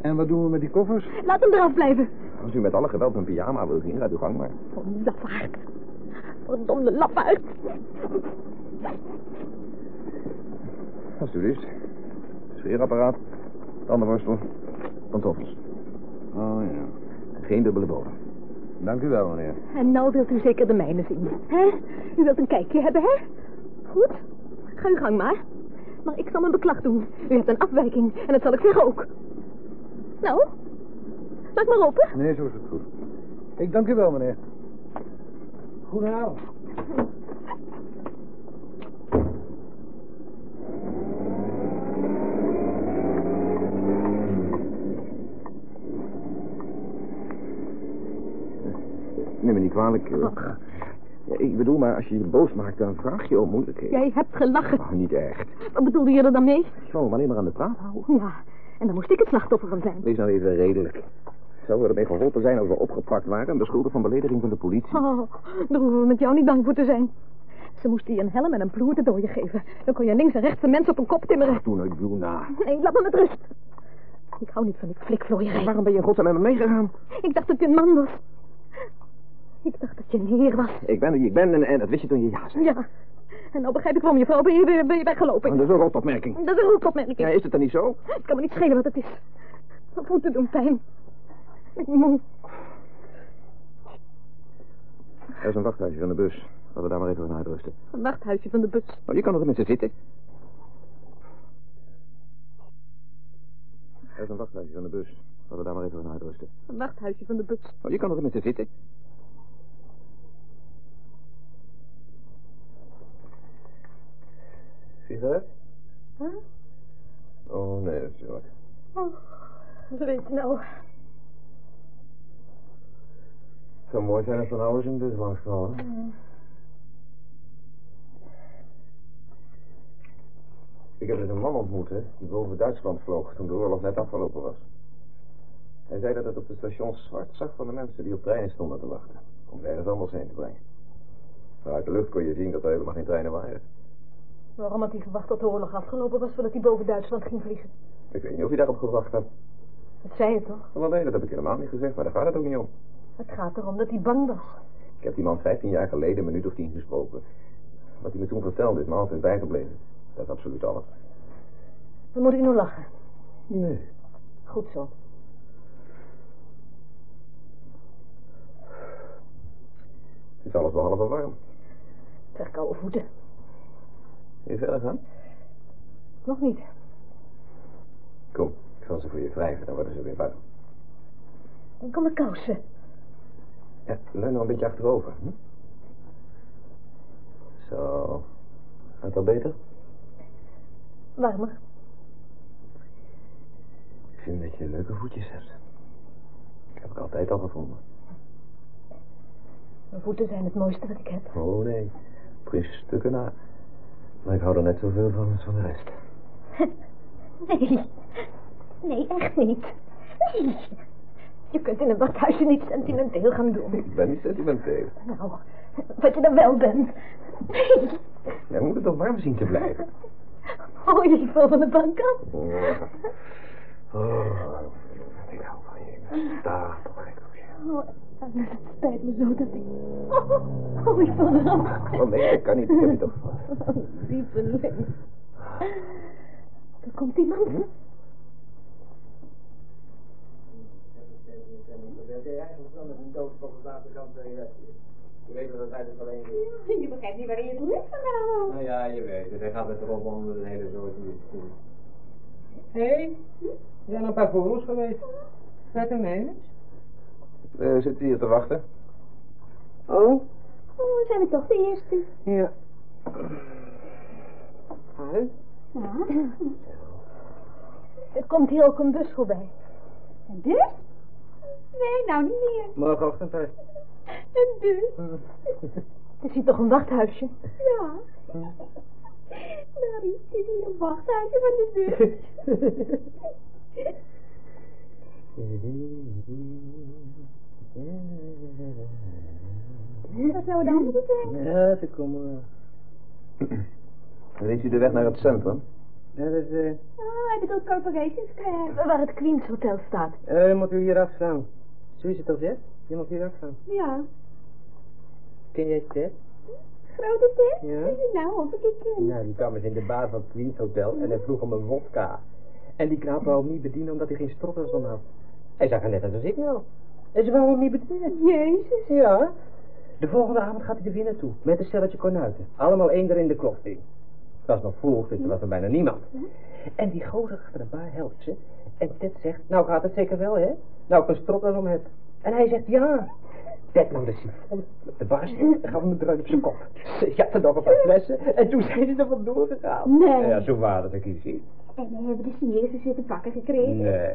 Speaker 5: En wat doen we met die koffers?
Speaker 2: Laat hem eraf blijven.
Speaker 1: Als u met alle geweld mijn pyjama wil zien, gaat uw gang maar.
Speaker 2: Oh, lafaard. Verdomde lafaard.
Speaker 1: Alsjeblieft. Scheerapparaat, tandenborstel, pantoffels.
Speaker 5: Oh ja.
Speaker 1: Geen dubbele bodem.
Speaker 5: Dank u wel, meneer.
Speaker 2: En nou wilt u zeker de mijne zien, hè? U wilt een kijkje hebben, hè? Goed, ga uw gang maar. Maar ik zal mijn beklag doen. U hebt een afwijking en dat zal ik zeggen ook. Nou, maak maar open.
Speaker 5: Nee, zo is het goed. Ik dank u wel, meneer.
Speaker 8: Goedenavond.
Speaker 1: Neem me niet kwalijk. eh. Ja, ik bedoel, maar als je je boos maakt, dan vraag je om moeilijkheden.
Speaker 2: Jij hebt gelachen.
Speaker 1: Oh, niet echt.
Speaker 2: Wat bedoelde je er dan mee?
Speaker 1: Ik zou hem alleen maar aan de praat houden.
Speaker 2: Oh, Ja, en dan moest ik het slachtoffer van zijn.
Speaker 1: Wees nou even redelijk. Zou we ermee geholpen zijn als we opgepakt waren en beschuldigd van belediging van de politie?
Speaker 2: Oh, daar hoeven we met jou niet bang voor te zijn. Ze moesten je een helm en een ploer te dooien geven. Dan kon je links en rechts de mensen op een kop timmeren.
Speaker 1: Toen nou. uit Juna.
Speaker 2: Nee, laat me met rust. Ik hou niet van die flikvlooierij.
Speaker 1: Waarom ben je in godsnaam met me meegegaan?
Speaker 2: Ik dacht dat je een man was. Ik dacht dat je een heer was.
Speaker 1: Ik ben wie ik ben en, en dat wist je toen je ja zei.
Speaker 2: Ja. En nou begrijp ik waarom je vrouw ben je, ben je- ben je weggelopen.
Speaker 1: Maar Dat is een rotopmerking.
Speaker 2: Dat is een roekopmerking.
Speaker 1: Ja, is het dan niet zo?
Speaker 2: Het kan me niet schelen wat het is. Mijn voeten doen pijn. Ik ben moe.
Speaker 1: Er is een wachthuisje van de bus. Laten we daar maar even gaan uitrusten.
Speaker 2: Een wachthuisje van de bus.
Speaker 1: Oh, je kan er tenminste zitten. Er is een wachthuisje van de bus. Laten we daar maar even gaan uitrusten.
Speaker 2: Een wachthuisje van de bus.
Speaker 1: Oh, je kan er tenminste zitten.
Speaker 5: Sigaret?
Speaker 2: Huh?
Speaker 5: Oh, nee, dat is wel.
Speaker 2: Oh, weet nou.
Speaker 5: Het zou mooi zijn als van ouders in de bus langs kwam.
Speaker 2: Mm.
Speaker 5: Ik heb dus een man ontmoet, hè, die boven Duitsland vloog toen de oorlog net afgelopen was. Hij zei dat het op de stations zwart zag van de mensen die op treinen stonden te wachten. Om ergens anders heen te brengen. Maar uit de lucht kon je zien dat er helemaal geen treinen waren.
Speaker 2: Waarom had hij gewacht tot de oorlog afgelopen was voordat hij boven Duitsland ging vliegen?
Speaker 5: Ik weet niet of hij daarop gewacht had.
Speaker 2: Dat zei je toch?
Speaker 5: Wel nee, dat heb ik helemaal niet gezegd, maar daar gaat het ook niet om.
Speaker 2: Het gaat erom dat hij bang was.
Speaker 5: Ik heb die man 15 jaar geleden een minuut of tien gesproken. Wat hij me toen vertelde is me altijd bijgebleven. Dat is absoluut alles.
Speaker 2: Dan moet ik nu lachen.
Speaker 5: Nee.
Speaker 2: Goed zo.
Speaker 5: Het is alles behalve warm.
Speaker 2: Zeg koude voeten.
Speaker 5: Wil je verder gaan?
Speaker 2: Nog niet.
Speaker 5: Kom, ik zal ze voor je wrijven, dan worden ze weer warm.
Speaker 2: Dan komen kousen.
Speaker 5: Ja, leun nou een beetje achterover. Hm? Zo. Gaat dat beter?
Speaker 2: Warmer.
Speaker 5: Ik vind dat je leuke voetjes hebt. Dat heb ik altijd al gevonden.
Speaker 2: Mijn voeten zijn het mooiste wat ik heb.
Speaker 1: Oh nee, pris stukken na. Maar ik hou er net zoveel van als van de rest.
Speaker 2: Nee. Nee, echt niet. Nee. Je kunt in een badhuisje niet sentimenteel gaan doen.
Speaker 1: Ik ben niet sentimenteel.
Speaker 2: Nou, wat je dan wel bent. Nee.
Speaker 1: Jij moet het toch warm zien te blijven.
Speaker 2: Oh, je viel van de bank af.
Speaker 1: Ja. Oh, ik hou van je. Daar, toch gek op je.
Speaker 2: Oh, Agnes, het spijt me zo dat ik... Oh, oh ik val eraf.
Speaker 1: Oh nee, ik kan niet. Ik heb je toch
Speaker 2: Oh, lieveling. Er komt iemand.
Speaker 4: Je begrijpt niet waarin je het licht vandaan haalt.
Speaker 5: Nou ja, je weet het. Hij gaat met erop onder een hele soort muziek.
Speaker 9: Hé, hey, er zijn een paar voor ons geweest. Met een mens?
Speaker 1: We zitten Eh, hier te wachten.
Speaker 9: Oh,
Speaker 2: Oh, dan zijn we toch de eerste.
Speaker 9: ja.
Speaker 2: Er komt hier ook een bus voorbij.
Speaker 4: Een bus? Nee, nou niet meer.
Speaker 6: Morgenochtend, hè?
Speaker 4: Een bus?
Speaker 2: Het is hier toch een wachthuisje?
Speaker 4: Ja. Marie, het is hier een wachthuisje van de bus. Wat zou het andere zijn?
Speaker 6: Ja, ze komen wel.
Speaker 1: Weet u de weg naar het centrum?
Speaker 6: Ja, dat is... eh,
Speaker 4: Oh, hij bedoelt corporations krijgen.
Speaker 2: Waar het Queens Hotel staat.
Speaker 6: Eh, je moet u hier afslaan. Zo is het toch, hè? Je moet hier afslaan.
Speaker 4: Ja.
Speaker 6: Ken jij Ted?
Speaker 4: Grote tip?
Speaker 6: Ja.
Speaker 4: Nou, of ik het
Speaker 2: eh,
Speaker 4: ken.
Speaker 5: Nou, die kwam eens in de bar van het Queens Hotel en hij vroeg om een wodka. En die knaap wou hem niet bedienen omdat hij geen strotters van had. Hij zag er net uit als ik nou. En ze wou hem niet bedienen. Jezus. Ja. De volgende avond gaat hij er weer naartoe. Met een stelletje kornuiten. Allemaal één er in de klok ding. Het was nog vroeg, dus er was er bijna niemand. En die gozer achter de bar helpt ze. En Ted zegt, nou gaat het zeker wel, hè? Nou, ik een strotter om heb. En hij zegt, ja. Ted nam de sifon, de baas, en gaf hem een druif op zijn kop. Ze jatten nog een paar flessen en toen zijn ze er vandoor gegaan.
Speaker 4: Nee.
Speaker 5: Ja, toen waren ze kiezen.
Speaker 4: En we hebben de Chinezen zitten pakken gekregen.
Speaker 5: Nee.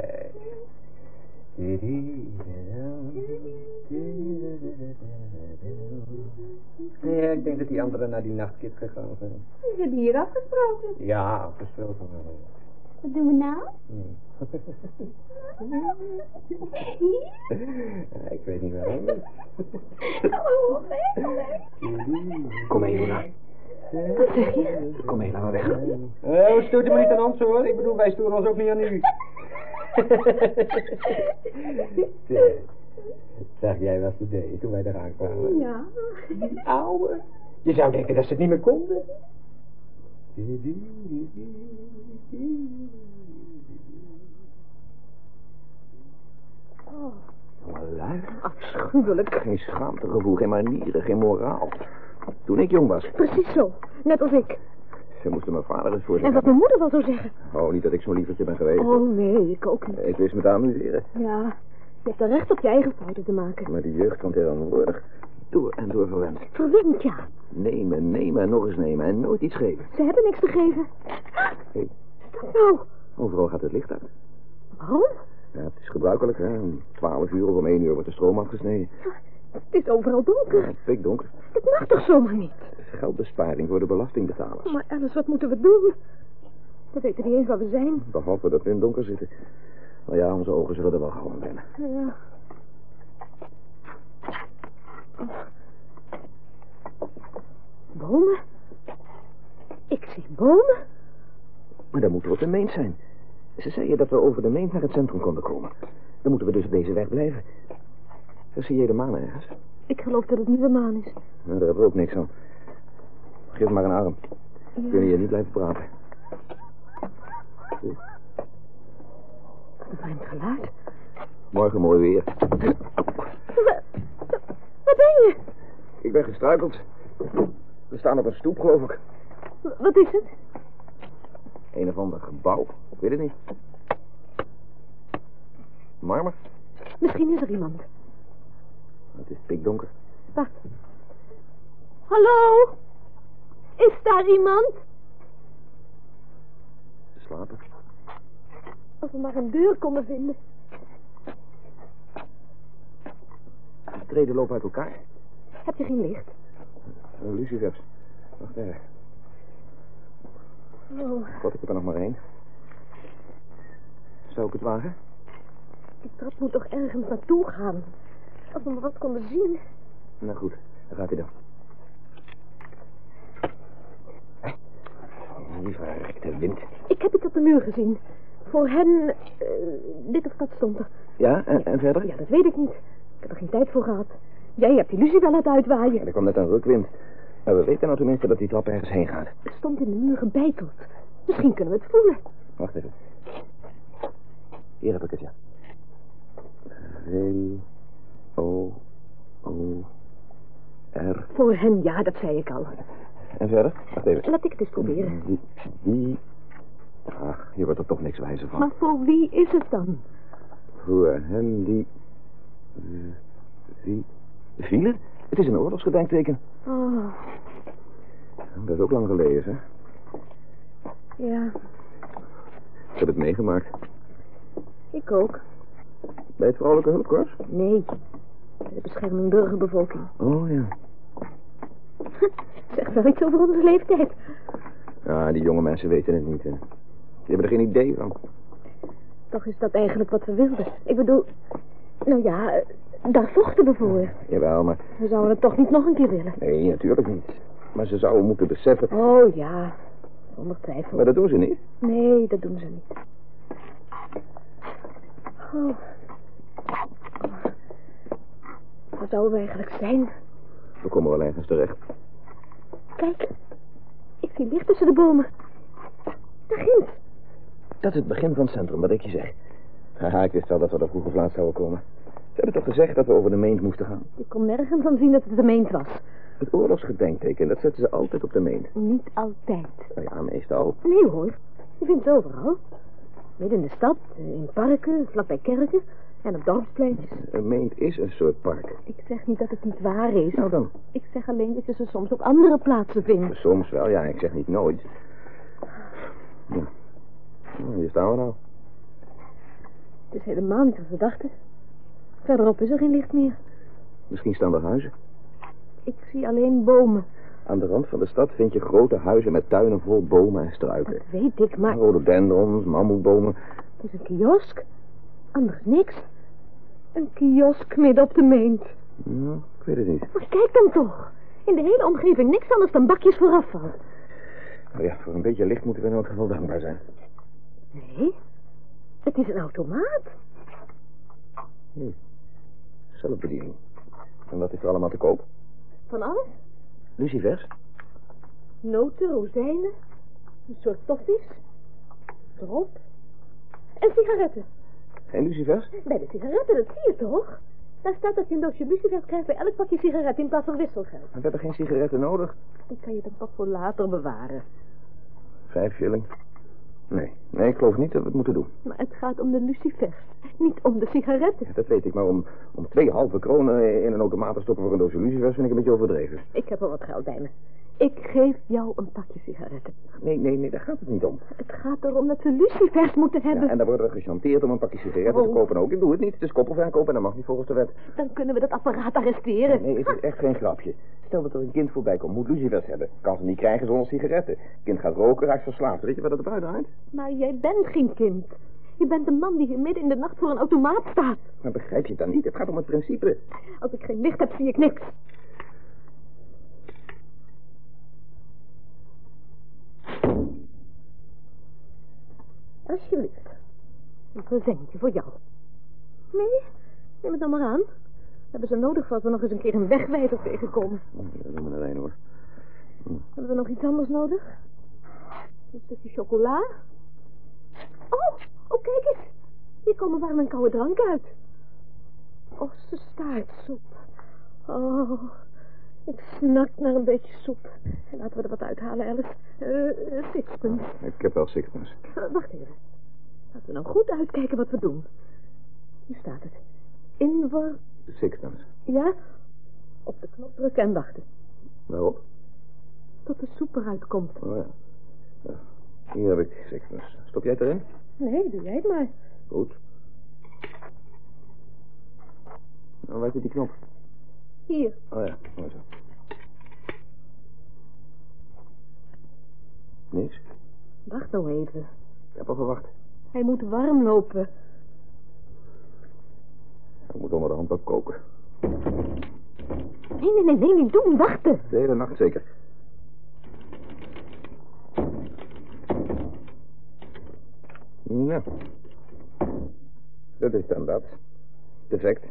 Speaker 5: Ja, ik denk dat die anderen naar die nachtkip gegaan zijn.
Speaker 4: We hebben hier afgesproken.
Speaker 5: Ja, verschil van wel.
Speaker 4: Wat doen we nou?
Speaker 5: Ja, ik weet niet waarom.
Speaker 4: Oh, hè?
Speaker 1: Kom mee, Jona.
Speaker 2: Wat zeg je?
Speaker 1: Kom mee, laten we weg.
Speaker 5: Oh, stoot hem niet aan ons hoor. Ik bedoel, wij storen ons ook niet aan u. Zeg, Zag jij wat ze deden toen wij eraan kwamen?
Speaker 4: Ja.
Speaker 5: Ouwe. Je zou denken dat ze het niet meer konden.
Speaker 1: Oh,
Speaker 2: Afschuwelijk.
Speaker 1: Geen schaamtegevoel, geen manieren, geen moraal. Toen ik jong was,
Speaker 2: Precies zo. Net als ik.
Speaker 1: ze moesten mijn vader eens voor zich
Speaker 2: En wat mijn moeder wel zou zeggen.
Speaker 1: hebben. Oh, niet dat ik zo'n lievertje ben geweest.
Speaker 2: Oh nee, ik ook niet.
Speaker 1: Ik wist me te amuseren.
Speaker 2: Ja, je hebt er recht op je eigen fouten te maken.
Speaker 1: Maar die jeugd kan tegenwoordig door en door verwend.
Speaker 2: Verwend, ja.
Speaker 1: Nemen, nemen en nog eens nemen en nooit iets geven.
Speaker 2: Ze hebben niks te geven.
Speaker 1: Hey.
Speaker 2: Nou,
Speaker 1: Overal gaat het licht uit.
Speaker 2: waarom?
Speaker 1: Ja, het is gebruikelijk, hè. Om 12 uur of om 1 uur wordt de stroom afgesneden.
Speaker 2: Het is overal donker.
Speaker 1: Ja, pikdonker.
Speaker 2: Dat mag toch zomaar niet?
Speaker 1: Geldbesparing voor de belastingbetalers.
Speaker 2: Maar Alice, wat moeten we doen? We weten niet eens waar we zijn.
Speaker 1: Behalve dat we in het donker zitten. Nou ja, onze ogen zullen er wel gewoon wennen.
Speaker 2: Ja. Bomen? Ik zie bomen.
Speaker 1: Maar dan moeten we op de Meent zijn. Ze zeiden dat we over de Meent naar het centrum konden komen. Dan moeten we dus op deze weg blijven. Dan zie je de maan ergens.
Speaker 2: Ik geloof dat het nieuwe maan is.
Speaker 1: Nou, daar hebben we ook niks aan. Geef maar een arm. We kunnen hier niet blijven praten.
Speaker 2: Wat een fijn geluid.
Speaker 1: Morgen mooi weer.
Speaker 2: Wa- wa- Waar ben je?
Speaker 1: Ik ben gestruikeld. We staan op een stoep, geloof ik.
Speaker 2: Wa- Wat is het?
Speaker 1: Een of ander gebouw. Ik weet het niet. Marmer?
Speaker 2: Misschien is er iemand.
Speaker 1: Het is pikdonker.
Speaker 2: Wacht. Hallo? Is daar iemand?
Speaker 1: Ze slapen.
Speaker 2: Als we maar een deur konden vinden.
Speaker 1: De treden lopen uit elkaar.
Speaker 2: Heb je geen licht?
Speaker 1: Uh, Lucifers. Wacht even.
Speaker 2: Oh,
Speaker 1: God, ik heb er nog maar één. Zou ik het wagen?
Speaker 2: die trap moet toch ergens naartoe gaan? Als we maar wat konden zien.
Speaker 1: Nou goed, daar gaat hij dan. Lieve rechte wind.
Speaker 2: Ik heb iets op de muur gezien. Voor hen, eh, dit of dat stond er.
Speaker 1: Ja, en, en verder?
Speaker 2: Ja, dat weet ik niet. Ik heb er geen tijd voor gehad. Jij hebt die Lucie wel laten uitwaaien.
Speaker 1: Er kwam net een rukwind. Maar we weten nou tenminste dat die trap ergens heen gaat.
Speaker 2: Het stond in de muur gebeiteld. Misschien kunnen we het voelen.
Speaker 1: Wacht even. Hier heb ik het, ja. W. O. O. R.
Speaker 2: Voor hen, ja, dat zei ik al.
Speaker 1: En verder? Wacht even.
Speaker 2: Laat ik het eens proberen.
Speaker 1: Die. die... Ach, je wordt er toch niks wijzer van.
Speaker 2: Maar voor wie is het dan?
Speaker 1: Voor hen die. Wie. Vielen? Het is een oorlogsgedenkteken.
Speaker 2: Oh,
Speaker 1: Dat is ook lang geleden, hè?
Speaker 2: ja,
Speaker 1: Ik heb het meegemaakt.
Speaker 2: ik ook.
Speaker 1: Bij het Vrouwelijke Hulpkorps?
Speaker 2: Nee, de bescherming burgerbevolking.
Speaker 1: Oh ja.
Speaker 2: Zegt wel iets over onze leeftijd.
Speaker 1: Ja, Ah, die jonge mensen weten het niet, hè? Die hebben er geen idee van.
Speaker 2: Toch is dat eigenlijk wat we wilden. Ik bedoel, nou ja, eh, daar vochten we voor.
Speaker 1: Jawel, maar.
Speaker 2: We zouden het toch niet nog een keer willen.
Speaker 1: Nee, natuurlijk niet. Maar ze zouden moeten beseffen.
Speaker 2: Oh ja, zonder twijfel.
Speaker 1: Maar dat doen ze niet.
Speaker 2: Nee, dat doen ze niet. Oh. Waar zouden we eigenlijk zijn?
Speaker 1: We komen wel ergens terecht.
Speaker 2: Kijk, ik zie licht tussen de bomen. Daar ginds.
Speaker 1: Dat is het begin van het centrum, wat ik je zeg. Haha, ik wist wel dat we er vroeg of laat zouden komen. Ze hebben toch gezegd dat we over de meent moesten gaan?
Speaker 2: Je kon nergens van zien dat het de meent was.
Speaker 1: Het oorlogsgedenkteken, dat zetten ze altijd op de meent.
Speaker 2: Niet altijd.
Speaker 1: Nou ja, meestal.
Speaker 2: Nee hoor, je vindt het overal. Midden in de stad, eh, in parken, vlakbij kerken en op dorpspleintjes.
Speaker 1: Een meent is een soort park.
Speaker 2: Ik zeg niet dat het niet waar is.
Speaker 1: Nou dan.
Speaker 2: Ik zeg alleen dat je ze soms op andere plaatsen vindt.
Speaker 1: Soms wel, ja, ik zeg niet nooit. Ja. Nou, hier staan we nou.
Speaker 2: Het is helemaal niet wat we dachten. Verderop is er geen licht meer.
Speaker 1: Misschien staan er huizen.
Speaker 2: Ik zie alleen bomen.
Speaker 1: Aan de rand van de stad vind je grote huizen met tuinen vol bomen en struiken.
Speaker 2: Weet ik, maar
Speaker 1: Rhododendrons, mammoetbomen.
Speaker 2: het is een kiosk. Anders niks. Een kiosk midden op de meent.
Speaker 1: Nou, ik weet het niet.
Speaker 2: Maar kijk dan toch. In de hele omgeving niks anders dan bakjes voor afval.
Speaker 1: Maar ja, voor een beetje licht moeten we in elk geval dankbaar zijn.
Speaker 2: Nee, het is een automaat.
Speaker 1: Hm. Zelfbediening. En wat is er allemaal te koop?
Speaker 2: Van alles.
Speaker 1: Lucifers?
Speaker 2: Noten, rozijnen, een soort toffies, drop en sigaretten.
Speaker 1: Geen lucifers?
Speaker 2: Bij de sigaretten, dat zie je toch? Daar staat dat je een doosje lucifers krijgt bij elk pakje sigaretten in plaats van wisselgeld.
Speaker 1: Maar we hebben geen sigaretten nodig.
Speaker 2: Dan kan je dat toch voor later bewaren.
Speaker 1: Vijf shilling. Nee, nee, ik geloof niet dat we het moeten doen.
Speaker 2: Maar het gaat om de lucifers, niet om de sigaretten.
Speaker 1: Ja, dat weet ik, maar om, om twee halve kronen in een automaat te stoppen voor een doosje lucifers vind ik een beetje overdreven.
Speaker 2: Ik heb al wat geld bij me. Ik geef jou een pakje sigaretten.
Speaker 1: Nee, nee, nee, daar gaat het niet om.
Speaker 2: Het gaat erom dat we lucifers moeten hebben.
Speaker 1: Ja, en dan worden we gechanteerd om een pakje sigaretten
Speaker 2: Oh.
Speaker 1: te kopen ook. Ik doe het niet, het is koppelverkoop en dat mag niet volgens de wet.
Speaker 2: Dan kunnen we dat apparaat arresteren.
Speaker 1: Nee, het is echt geen grapje. Stel dat er een kind voorbij komt, moet lucifers hebben. Kan ze niet krijgen zonder sigaretten. kind gaat roken, raakt verslaafd. Weet je waar dat op uitdraait?
Speaker 2: Maar jij bent geen kind. Je bent een man die hier midden in de nacht voor een automaat staat.
Speaker 1: Maar begrijp je het dan niet? Het gaat om het principe.
Speaker 2: Als ik geen licht heb, zie ik niks. Alsjeblieft. Een presentje voor jou. Nee, neem het dan maar aan. We hebben ze nodig voor als we nog eens een keer een wegwijzer tegenkomen.
Speaker 1: Dat doen we er een hoor.
Speaker 2: Hebben we nog iets anders nodig? Een stukje chocola? Oh, oh kijk eens. Hier komen warme en koude dranken uit. Oh, Ossenstaartsoep. Oh, ik snak naar een beetje soep. En laten we er wat uithalen, Alice. Eh, eh, sixpence.
Speaker 1: Ik heb wel sixpence.
Speaker 2: Eh, wacht even. Laten we nou goed uitkijken wat we doen. Hier staat het. Inwar...
Speaker 1: Sixpence.
Speaker 2: Ja? Op de knop drukken en wachten.
Speaker 1: Waarop?
Speaker 2: Tot de soep eruit komt.
Speaker 1: Oh ja. Ja. Hier heb ik sixpence. Stop jij het erin?
Speaker 2: Nee, doe jij het maar.
Speaker 1: Oh, Goed. Nou, waar zit die knop?
Speaker 2: Hier.
Speaker 1: Oh ja, mooi zo. Niks?
Speaker 2: Wacht nou even.
Speaker 1: Ik heb al gewacht.
Speaker 2: Hij moet warm lopen.
Speaker 1: Ik moet onder de hand wat koken.
Speaker 2: Nee, nee, nee, nee, niet doen. Wachten.
Speaker 1: De hele nacht zeker. Nou. Dat is dan dat. Defect.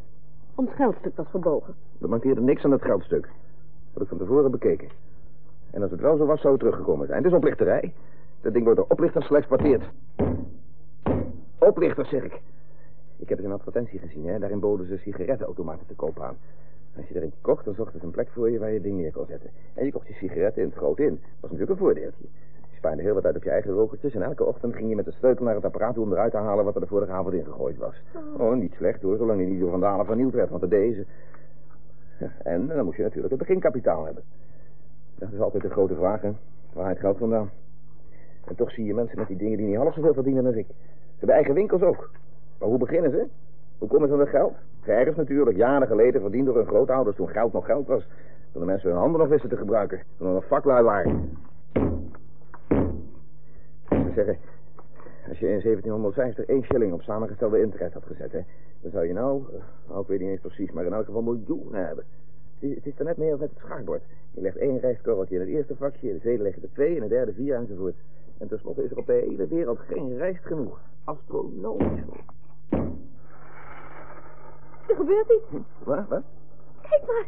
Speaker 2: Ons geldstuk was gebogen.
Speaker 1: Er mankeerde niks aan het geldstuk. Dat ik van tevoren bekeken. En als het wel zo was, zou het teruggekomen zijn. Het is oplichterij. Dat ding wordt door oplichters geëxporteerd. Oplichters, zeg ik. Ik heb eens een advertentie gezien, hè. Daarin boden ze sigarettenautomaten te koop aan. Als je er eentje kocht, dan zochten ze een plek voor je waar je het ding neer kon zetten. En je kocht je sigaretten in het groot in. was natuurlijk een voordeeltje. Je spaarde heel wat uit op je eigen rokertjes en elke ochtend ging je met de sleutel naar het apparaat toe om eruit te halen wat er de vorige avond in gegooid was. Oh, niet slecht hoor, zolang je niet door vandalen vernield werd, want dat deze. En dan moest je natuurlijk het beginkapitaal hebben. Dat is altijd de grote vraag, hè. Waar het geld vandaan? En toch zie je mensen met die dingen die niet half zoveel verdienen als ik. Ze hebben eigen winkels ook. Maar hoe beginnen ze? Hoe komen ze aan dat geld? Krijgers natuurlijk, jaren geleden verdiend door hun grootouders toen geld nog geld was. Toen de mensen hun handen nog wisten te gebruiken. Toen er nog vaklui waren. Ze zeggen, als je in 1750 één shilling op samengestelde interest had gezet, hè, dan zou je nou, eh, nou ik weet niet eens precies, maar in elk geval miljoenen hebben. Het is, het is er net meer als met het schaakbord. Je legt één rijstkorreltje in het eerste vakje, in de tweede leg je er twee, in de derde vier enzovoort. En tenslotte is er op de hele wereld geen rijst genoeg. Astronomisch.
Speaker 2: Er gebeurt iets.
Speaker 1: Wat? Wat?
Speaker 2: Kijk maar.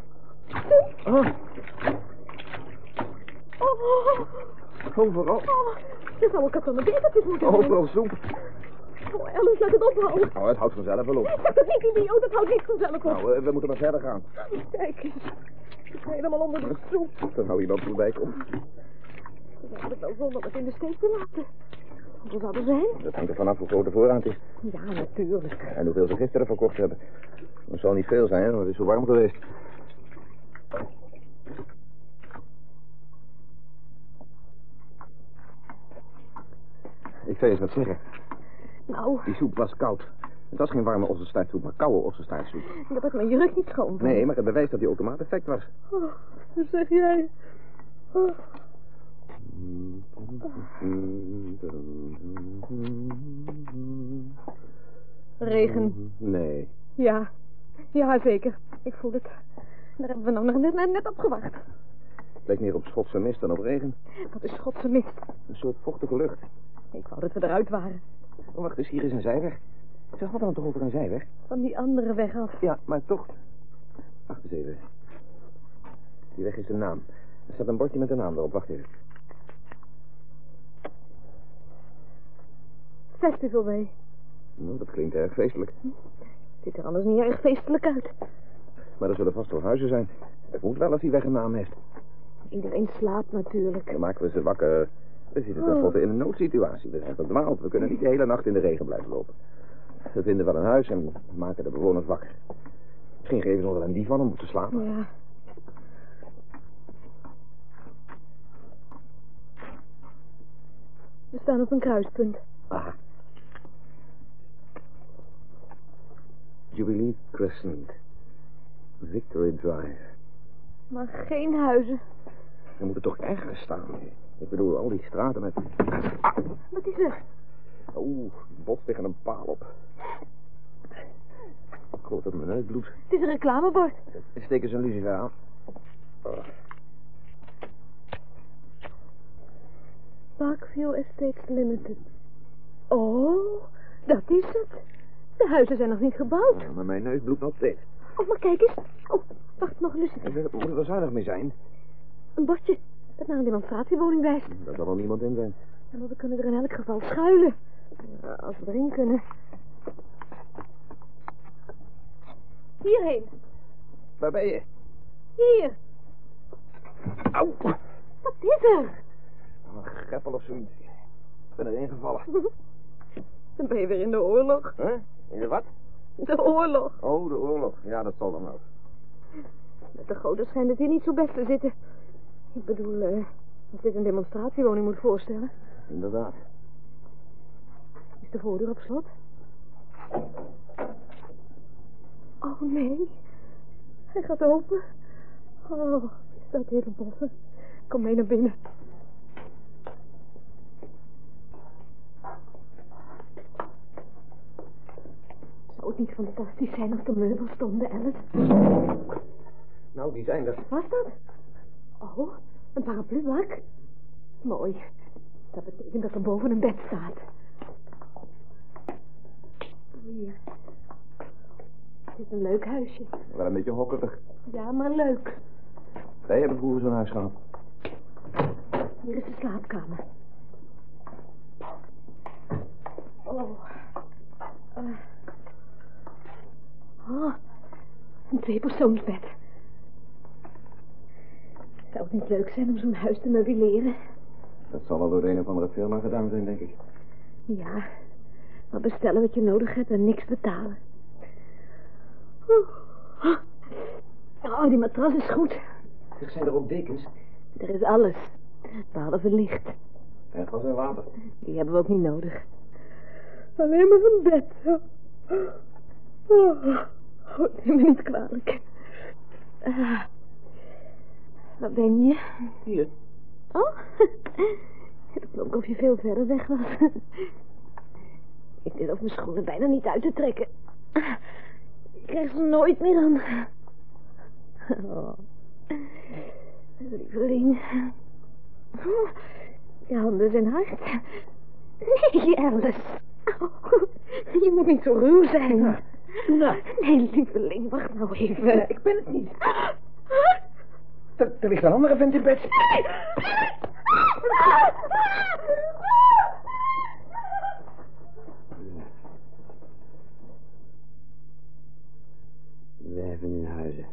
Speaker 1: Oh,
Speaker 2: Oh, oh, oh.
Speaker 1: overal.
Speaker 2: oh. Er zou een kartonnen bekertjes moeten zijn.
Speaker 1: Overal soep.
Speaker 2: Oh, Alice, laat het ophouden.
Speaker 1: Nou, het houdt vanzelf wel op.
Speaker 2: Zeg dat niet, idioot. Dat houdt niet vanzelf op.
Speaker 1: Nou, eh, we moeten maar verder gaan.
Speaker 2: Kijk eens. Ik ga helemaal onder de soep.
Speaker 1: Dan nou iemand voorbij komt.
Speaker 2: We hebben het wel zonder het in de steek te laten. Hoe zou dat zijn?
Speaker 1: Dat hangt er vanaf hoe groot de voorraad is.
Speaker 2: Ja, natuurlijk.
Speaker 1: En hoeveel ze gisteren verkocht hebben. Dat zal niet veel zijn, hè, want het is zo warm geweest. Ik zou je eens wat zeggen.
Speaker 2: Nou,
Speaker 1: Die soep was koud. Het was geen warme ossenstaartsoep, maar koude ossenstaartsoep.
Speaker 2: dat ik mijn jurk niet schoon vond.
Speaker 1: Nee, maar het bewijst dat die automaat effect was.
Speaker 2: Oh, wat zeg jij? Oh, Regen.
Speaker 1: Nee.
Speaker 2: Ja. Ja, zeker. Ik voel het. Daar hebben we nou nog net, net, net op gewacht.
Speaker 1: Het lijkt meer op Schotse mist dan op regen.
Speaker 2: Dat is godse mist.
Speaker 1: Een soort vochtige lucht.
Speaker 2: Ik wou dat we eruit waren.
Speaker 1: Oh, wacht eens, hier is een zijweg. Zeg wat dan toch over een zijweg?
Speaker 2: Van die andere weg af.
Speaker 1: Ja, maar toch. Wacht eens even. Die weg is een naam. Er staat een bordje met een naam erop. Wacht even.
Speaker 2: Festival Way.
Speaker 1: Nou, dat klinkt erg feestelijk.
Speaker 2: Ziet er anders niet erg feestelijk uit.
Speaker 1: Maar er zullen vast wel huizen zijn. Het moet wel als die weg een naam heeft.
Speaker 2: Iedereen slaapt natuurlijk.
Speaker 1: Dan maken we ze wakker. We zitten tenslotte in een noodsituatie. We zijn verdwaald. We kunnen niet de hele nacht in de regen blijven lopen. We vinden wel een huis en maken de bewoners wakker. Misschien geven ze ons wel een divan om te slapen.
Speaker 2: Ja. We staan op een kruispunt.
Speaker 1: Aha. Jubilee Crescent. Victory Drive.
Speaker 2: Maar geen huizen.
Speaker 1: Ze moeten toch ergens staan. Ik bedoel, al die straten met... Ah,
Speaker 2: Wat is er?
Speaker 1: Oeh, bot tegen een paal op. Ik hoor dat mijn neus bloedt.
Speaker 2: Het is een reclamebord.
Speaker 1: Steek eens een lucifer aan. Oh,
Speaker 2: Parkview Estates Limited. Oh, dat is het. De huizen zijn nog niet gebouwd.
Speaker 1: maar mijn neus bloedt nog steeds.
Speaker 2: Oh, maar kijk eens. Oh, wacht nog, Lucie.
Speaker 1: Daar moet ik wel zuinig mee zijn.
Speaker 2: Een bordje dat naar een demonstratiewoning wijst.
Speaker 1: Daar zal wel niemand in zijn.
Speaker 2: Ja, maar we kunnen er in elk geval schuilen. Ja, als we erin kunnen. Hierheen.
Speaker 1: Waar ben je?
Speaker 2: Hier.
Speaker 1: Au!
Speaker 2: Wat is er?
Speaker 1: Een greppel of zoiets. Ik ben erin gevallen.
Speaker 2: Dan ben je weer in de oorlog.
Speaker 1: Huh? In de wat?
Speaker 2: De oorlog.
Speaker 1: Oh, de oorlog. Ja, dat zal dan wel.
Speaker 2: Met de goden schijnt het hier niet zo best te zitten. Ik bedoel, eh, als dit een demonstratiewoning moet voorstellen,
Speaker 1: Inderdaad.
Speaker 2: is de voordeur op slot. Oh nee. Hij gaat open. Oh, is dat hele bossen. Kom mee naar binnen. Zou het niet fantastisch zijn als de meubels stonden, Alice?
Speaker 1: Nou, die zijn er.
Speaker 2: Was dat? Oh, een paraplubak. Mooi. Dat betekent dat er boven een bed staat. Hier. Dit is een leuk huisje.
Speaker 1: Wel een beetje hokkerig.
Speaker 2: Ja, maar leuk.
Speaker 1: Wij hebben vroeger zo'n huis gehad.
Speaker 2: Hier is de slaapkamer. Oh. Eh. Oh, een tweepersoonsbed. Zou het niet leuk zijn om zo'n huis te meubileren?
Speaker 1: Dat zal wel door de een of andere firma gedaan zijn, denk ik.
Speaker 2: Ja, maar bestellen wat je nodig hebt en niks betalen. Oeh. Oh, die matras is goed.
Speaker 1: Er zijn er ook dekens.
Speaker 2: Er is alles, behalve licht.
Speaker 1: En gas en water.
Speaker 2: Die hebben we ook niet nodig. Alleen maar een bed. Oh, oh, neem me niet kwalijk. Eh, wat ben je?
Speaker 1: Hier.
Speaker 2: Oh, ik klonk of je veel verder weg was. Ik durf mijn schoenen bijna niet uit te trekken. Ik krijg ze nooit meer aan. Oh. Lieveling. Oh, Je handen zijn hard. Nee, Alice. Oh, je moet niet zo ruw zijn. Nee, lieveling, wacht nou even.
Speaker 10: Eh, ik ben het niet. Er, er ligt een andere vent in bed.
Speaker 11: Wijven in huizen.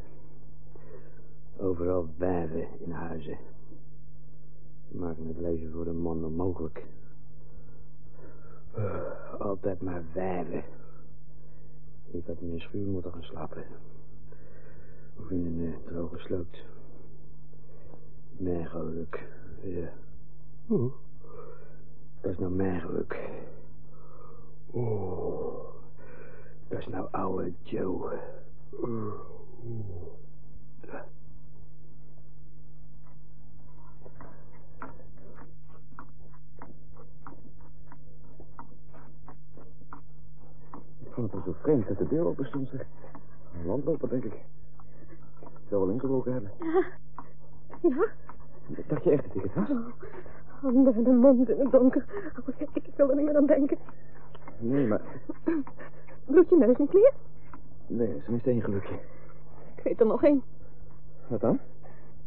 Speaker 11: Overal wijven in huizen. Die maken het leven voor de man onmogelijk. Eh, Altijd maar wijven. Ik had in een schuur moeten gaan slapen. Of in een eh, droge sloot. Mijn geluk. Ja. Oeh. Dat is nou mijn geluk. Oeh. Dat is nou oude Joe. Oeh.
Speaker 1: Ik vond het wel zo vreemd dat de deur open stond, zeg. Een landloper, denk ik. Zou wel ingebroken hebben.
Speaker 2: Ja. Ja.
Speaker 1: Dacht je echt dat ik het was?
Speaker 2: Handen en een mond in het donker. Oh, ik, ik wil er niet meer aan denken.
Speaker 1: Nee, maar...
Speaker 2: Bloedt je neus niet meer?
Speaker 1: Nee, dat is tenminste één gelukje.
Speaker 2: Ik weet er nog één.
Speaker 1: Wat dan?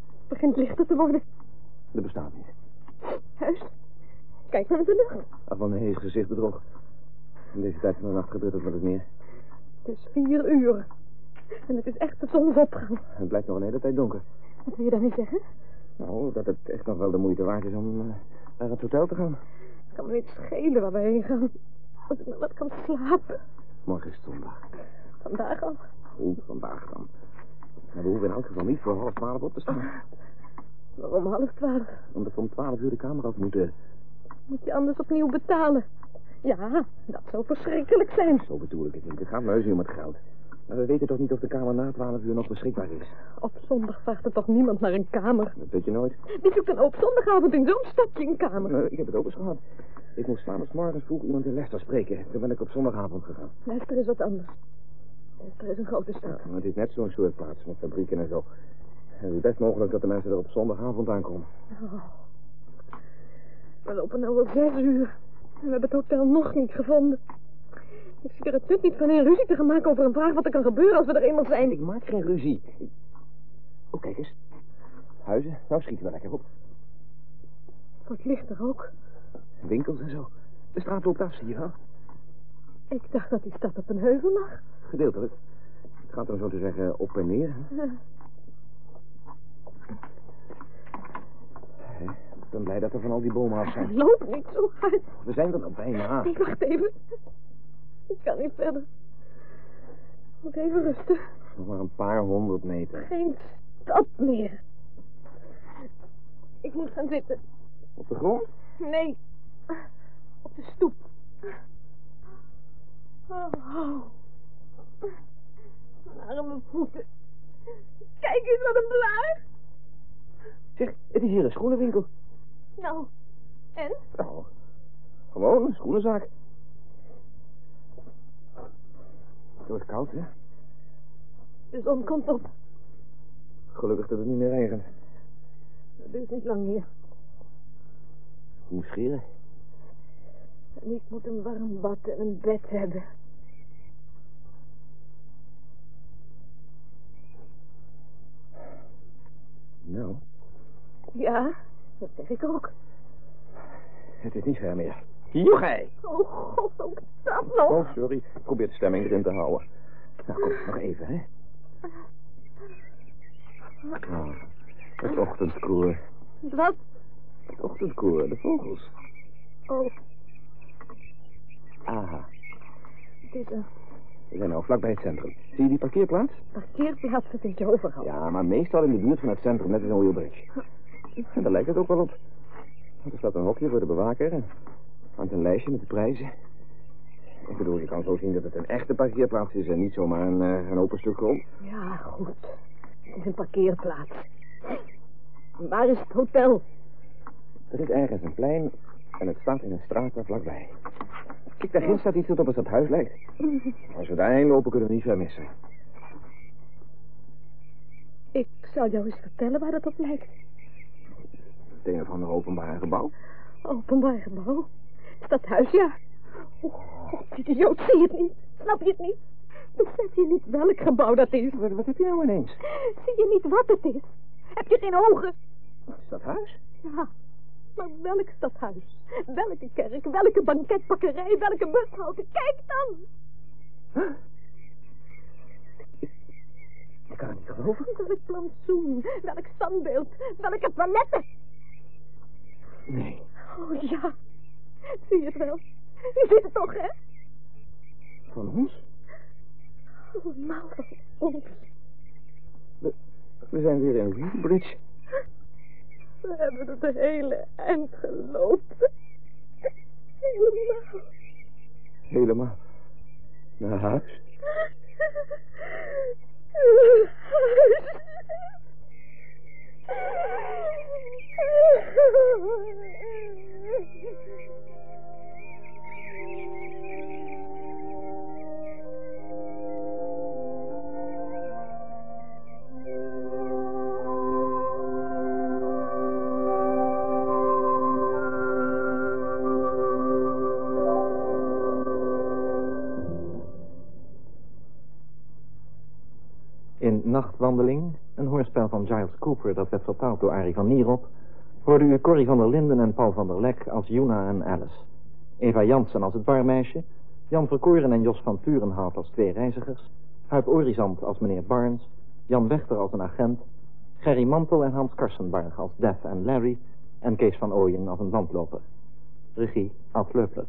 Speaker 2: Het begint lichter te worden.
Speaker 1: Dat bestaat niet.
Speaker 2: Huis. Kijk naar de lucht.
Speaker 1: Af van een gezicht bedrog. In deze tijd van de nacht gebeurt dat wel eens meer.
Speaker 2: Het is vier uur. En het is echt de zonsopgang.
Speaker 1: Het blijft nog een hele tijd donker.
Speaker 2: Wat wil je daarmee zeggen?
Speaker 1: Nou, dat het echt nog wel de moeite waard is om eh, naar het hotel te gaan.
Speaker 2: Het kan me niet schelen waar we heen gaan. Als ik maar wat kan slapen.
Speaker 1: Morgen is het zondag.
Speaker 2: Vandaag al.
Speaker 1: Goed, vandaag dan. En we hoeven in elk geval niet voor half twaalf op te staan.
Speaker 2: Maar om half twaalf
Speaker 1: Omdat we om twaalf uur de kamer af moeten.
Speaker 2: moet je anders opnieuw betalen. Ja, dat zou verschrikkelijk zijn.
Speaker 1: Zo bedoel ik het niet. Het gaat muizen om het geld. Maar we weten toch niet of de kamer na twaalf uur nog beschikbaar is.
Speaker 2: Op zondag vraagt er toch niemand naar een kamer.
Speaker 1: Dat weet je nooit.
Speaker 2: Wie zoekt dan op zondagavond in zo'n stadje een kamer?
Speaker 1: Eh, ik heb het ook eens gehad. Ik moest maandagsmorgens vroeg iemand in Leicester spreken. Toen ben ik op zondagavond gegaan.
Speaker 2: Leicester is wat anders. Leicester is een grote stad.
Speaker 1: Maar het is net zo'n soort plaats met fabrieken en zo. Het is best mogelijk dat de mensen er op zondagavond aankomen.
Speaker 2: Oh. We lopen nu al zes uur. En we hebben het hotel nog niet gevonden. Ik zie er het nut niet van een ruzie te gaan maken over een vraag wat er kan gebeuren als we er eenmaal zijn.
Speaker 1: Ik maak geen ruzie. Ik- Oh, kijk eens. Huizen, nou schieten we lekker op.
Speaker 2: Het wordt lichter ook.
Speaker 1: Winkels en zo. De straat loopt af, zie je wel?
Speaker 2: Ik dacht dat die stad op een heuvel lag.
Speaker 1: Gedeeltelijk. Het gaat om zo te zeggen op en neer. hè?
Speaker 2: Eh,
Speaker 1: Hè? Ik ben blij dat we van al die bomen af zijn.
Speaker 2: Loop niet zo hard.
Speaker 1: We zijn er al bijna.
Speaker 2: Nee, wacht even. Ik kan niet verder. Ik moet even rusten.
Speaker 1: Nog maar een paar honderd meter.
Speaker 2: Geen stap meer. Ik moet gaan zitten.
Speaker 1: Op de grond?
Speaker 2: Nee. Op de stoep. Oh. Mijn arme voeten. Kijk eens wat een blaar.
Speaker 1: Zeg, het is hier een schoenenwinkel.
Speaker 2: Nou, en?
Speaker 1: Nou, gewoon een schoenenzaak. Het wordt koud, hè?
Speaker 2: De zon komt op.
Speaker 1: Gelukkig dat het niet meer regent.
Speaker 2: Dat duurt niet lang meer.
Speaker 1: Hoe scheren?
Speaker 2: En ik moet een warm bad en een bed hebben.
Speaker 1: Nou,
Speaker 2: Ja, dat zeg ik ook.
Speaker 1: het is niet ver meer. Jochij!
Speaker 2: Oh god, ook dat nog.
Speaker 1: Oh, sorry. Ik probeer de stemming erin te houden. Nou, kom, nog even, hè. Nou, het ochtendkoor.
Speaker 2: Wat?
Speaker 1: Het ochtendkoor, de vogels.
Speaker 2: Oh,
Speaker 1: Aha,
Speaker 2: het is een
Speaker 1: we zijn nou vlakbij het centrum. Zie je die parkeerplaats?
Speaker 2: parkeerplaats, dat vind je overal.
Speaker 1: Ja, maar meestal in de buurt van het centrum, net als een wheelbridge. En daar lijkt het ook wel op. Want er staat een hokje voor de bewaker en hangt een lijstje met de prijzen. Ik bedoel, je kan zo zien dat het een echte parkeerplaats is en niet zomaar een, eh, een open stuk grond.
Speaker 2: Ja, goed. Het is een parkeerplaats. Waar is het hotel?
Speaker 1: Er is ergens een plein en het staat in een straat daar vlakbij. Kijk, daarin staat iets dat op een stadhuis lijkt. Als we daarheen lopen kunnen we niet ver missen.
Speaker 2: Ik zal jou eens vertellen waar dat op lijkt.
Speaker 1: Het een of ander openbaar gebouw.
Speaker 2: Openbaar gebouw. Stadhuis, ja. Oh, god, dit idioot, zie je het niet? Snap je het niet? Besef je niet welk gebouw dat is?
Speaker 1: Wat, wat heb je nou ineens?
Speaker 2: Zie je niet wat het is? Heb je geen ogen?
Speaker 1: Stadhuis?
Speaker 2: Ja, maar welk stadhuis? Welke kerk? Welke banketbakkerij? Welke bushalte? Kijk dan!
Speaker 1: Ik kan het niet geloven.
Speaker 2: Welk plantsoen? Welk standbeeld? Welke toiletten?
Speaker 1: Nee.
Speaker 2: Oh ja, zie je het wel? Je ziet het toch, hè?
Speaker 1: Van ons?
Speaker 2: Oh, nou, wat onzin.
Speaker 1: We zijn weer in Wheelbridge.
Speaker 2: We hebben het hele eind gelopen. Helemaal.
Speaker 1: Helemaal. Naar huis.
Speaker 12: In Nachtwandeling, een hoorspel van Giles Cooper dat werd vertaald door Arie van Nierop, hoorde u Corrie van der Linden en Paul van der Lek als Juna en Alice. Eva Jansen als het barmeisje, Jan Verkoren en Jos van Turenhout als twee reizigers, Huip Orizant als meneer Barnes, Jan Wechter als een agent, Gerry Mantel en Hans Karsenbarg als Def en Larry en Kees van Ooyen als een landloper. Regie Ad Leupler.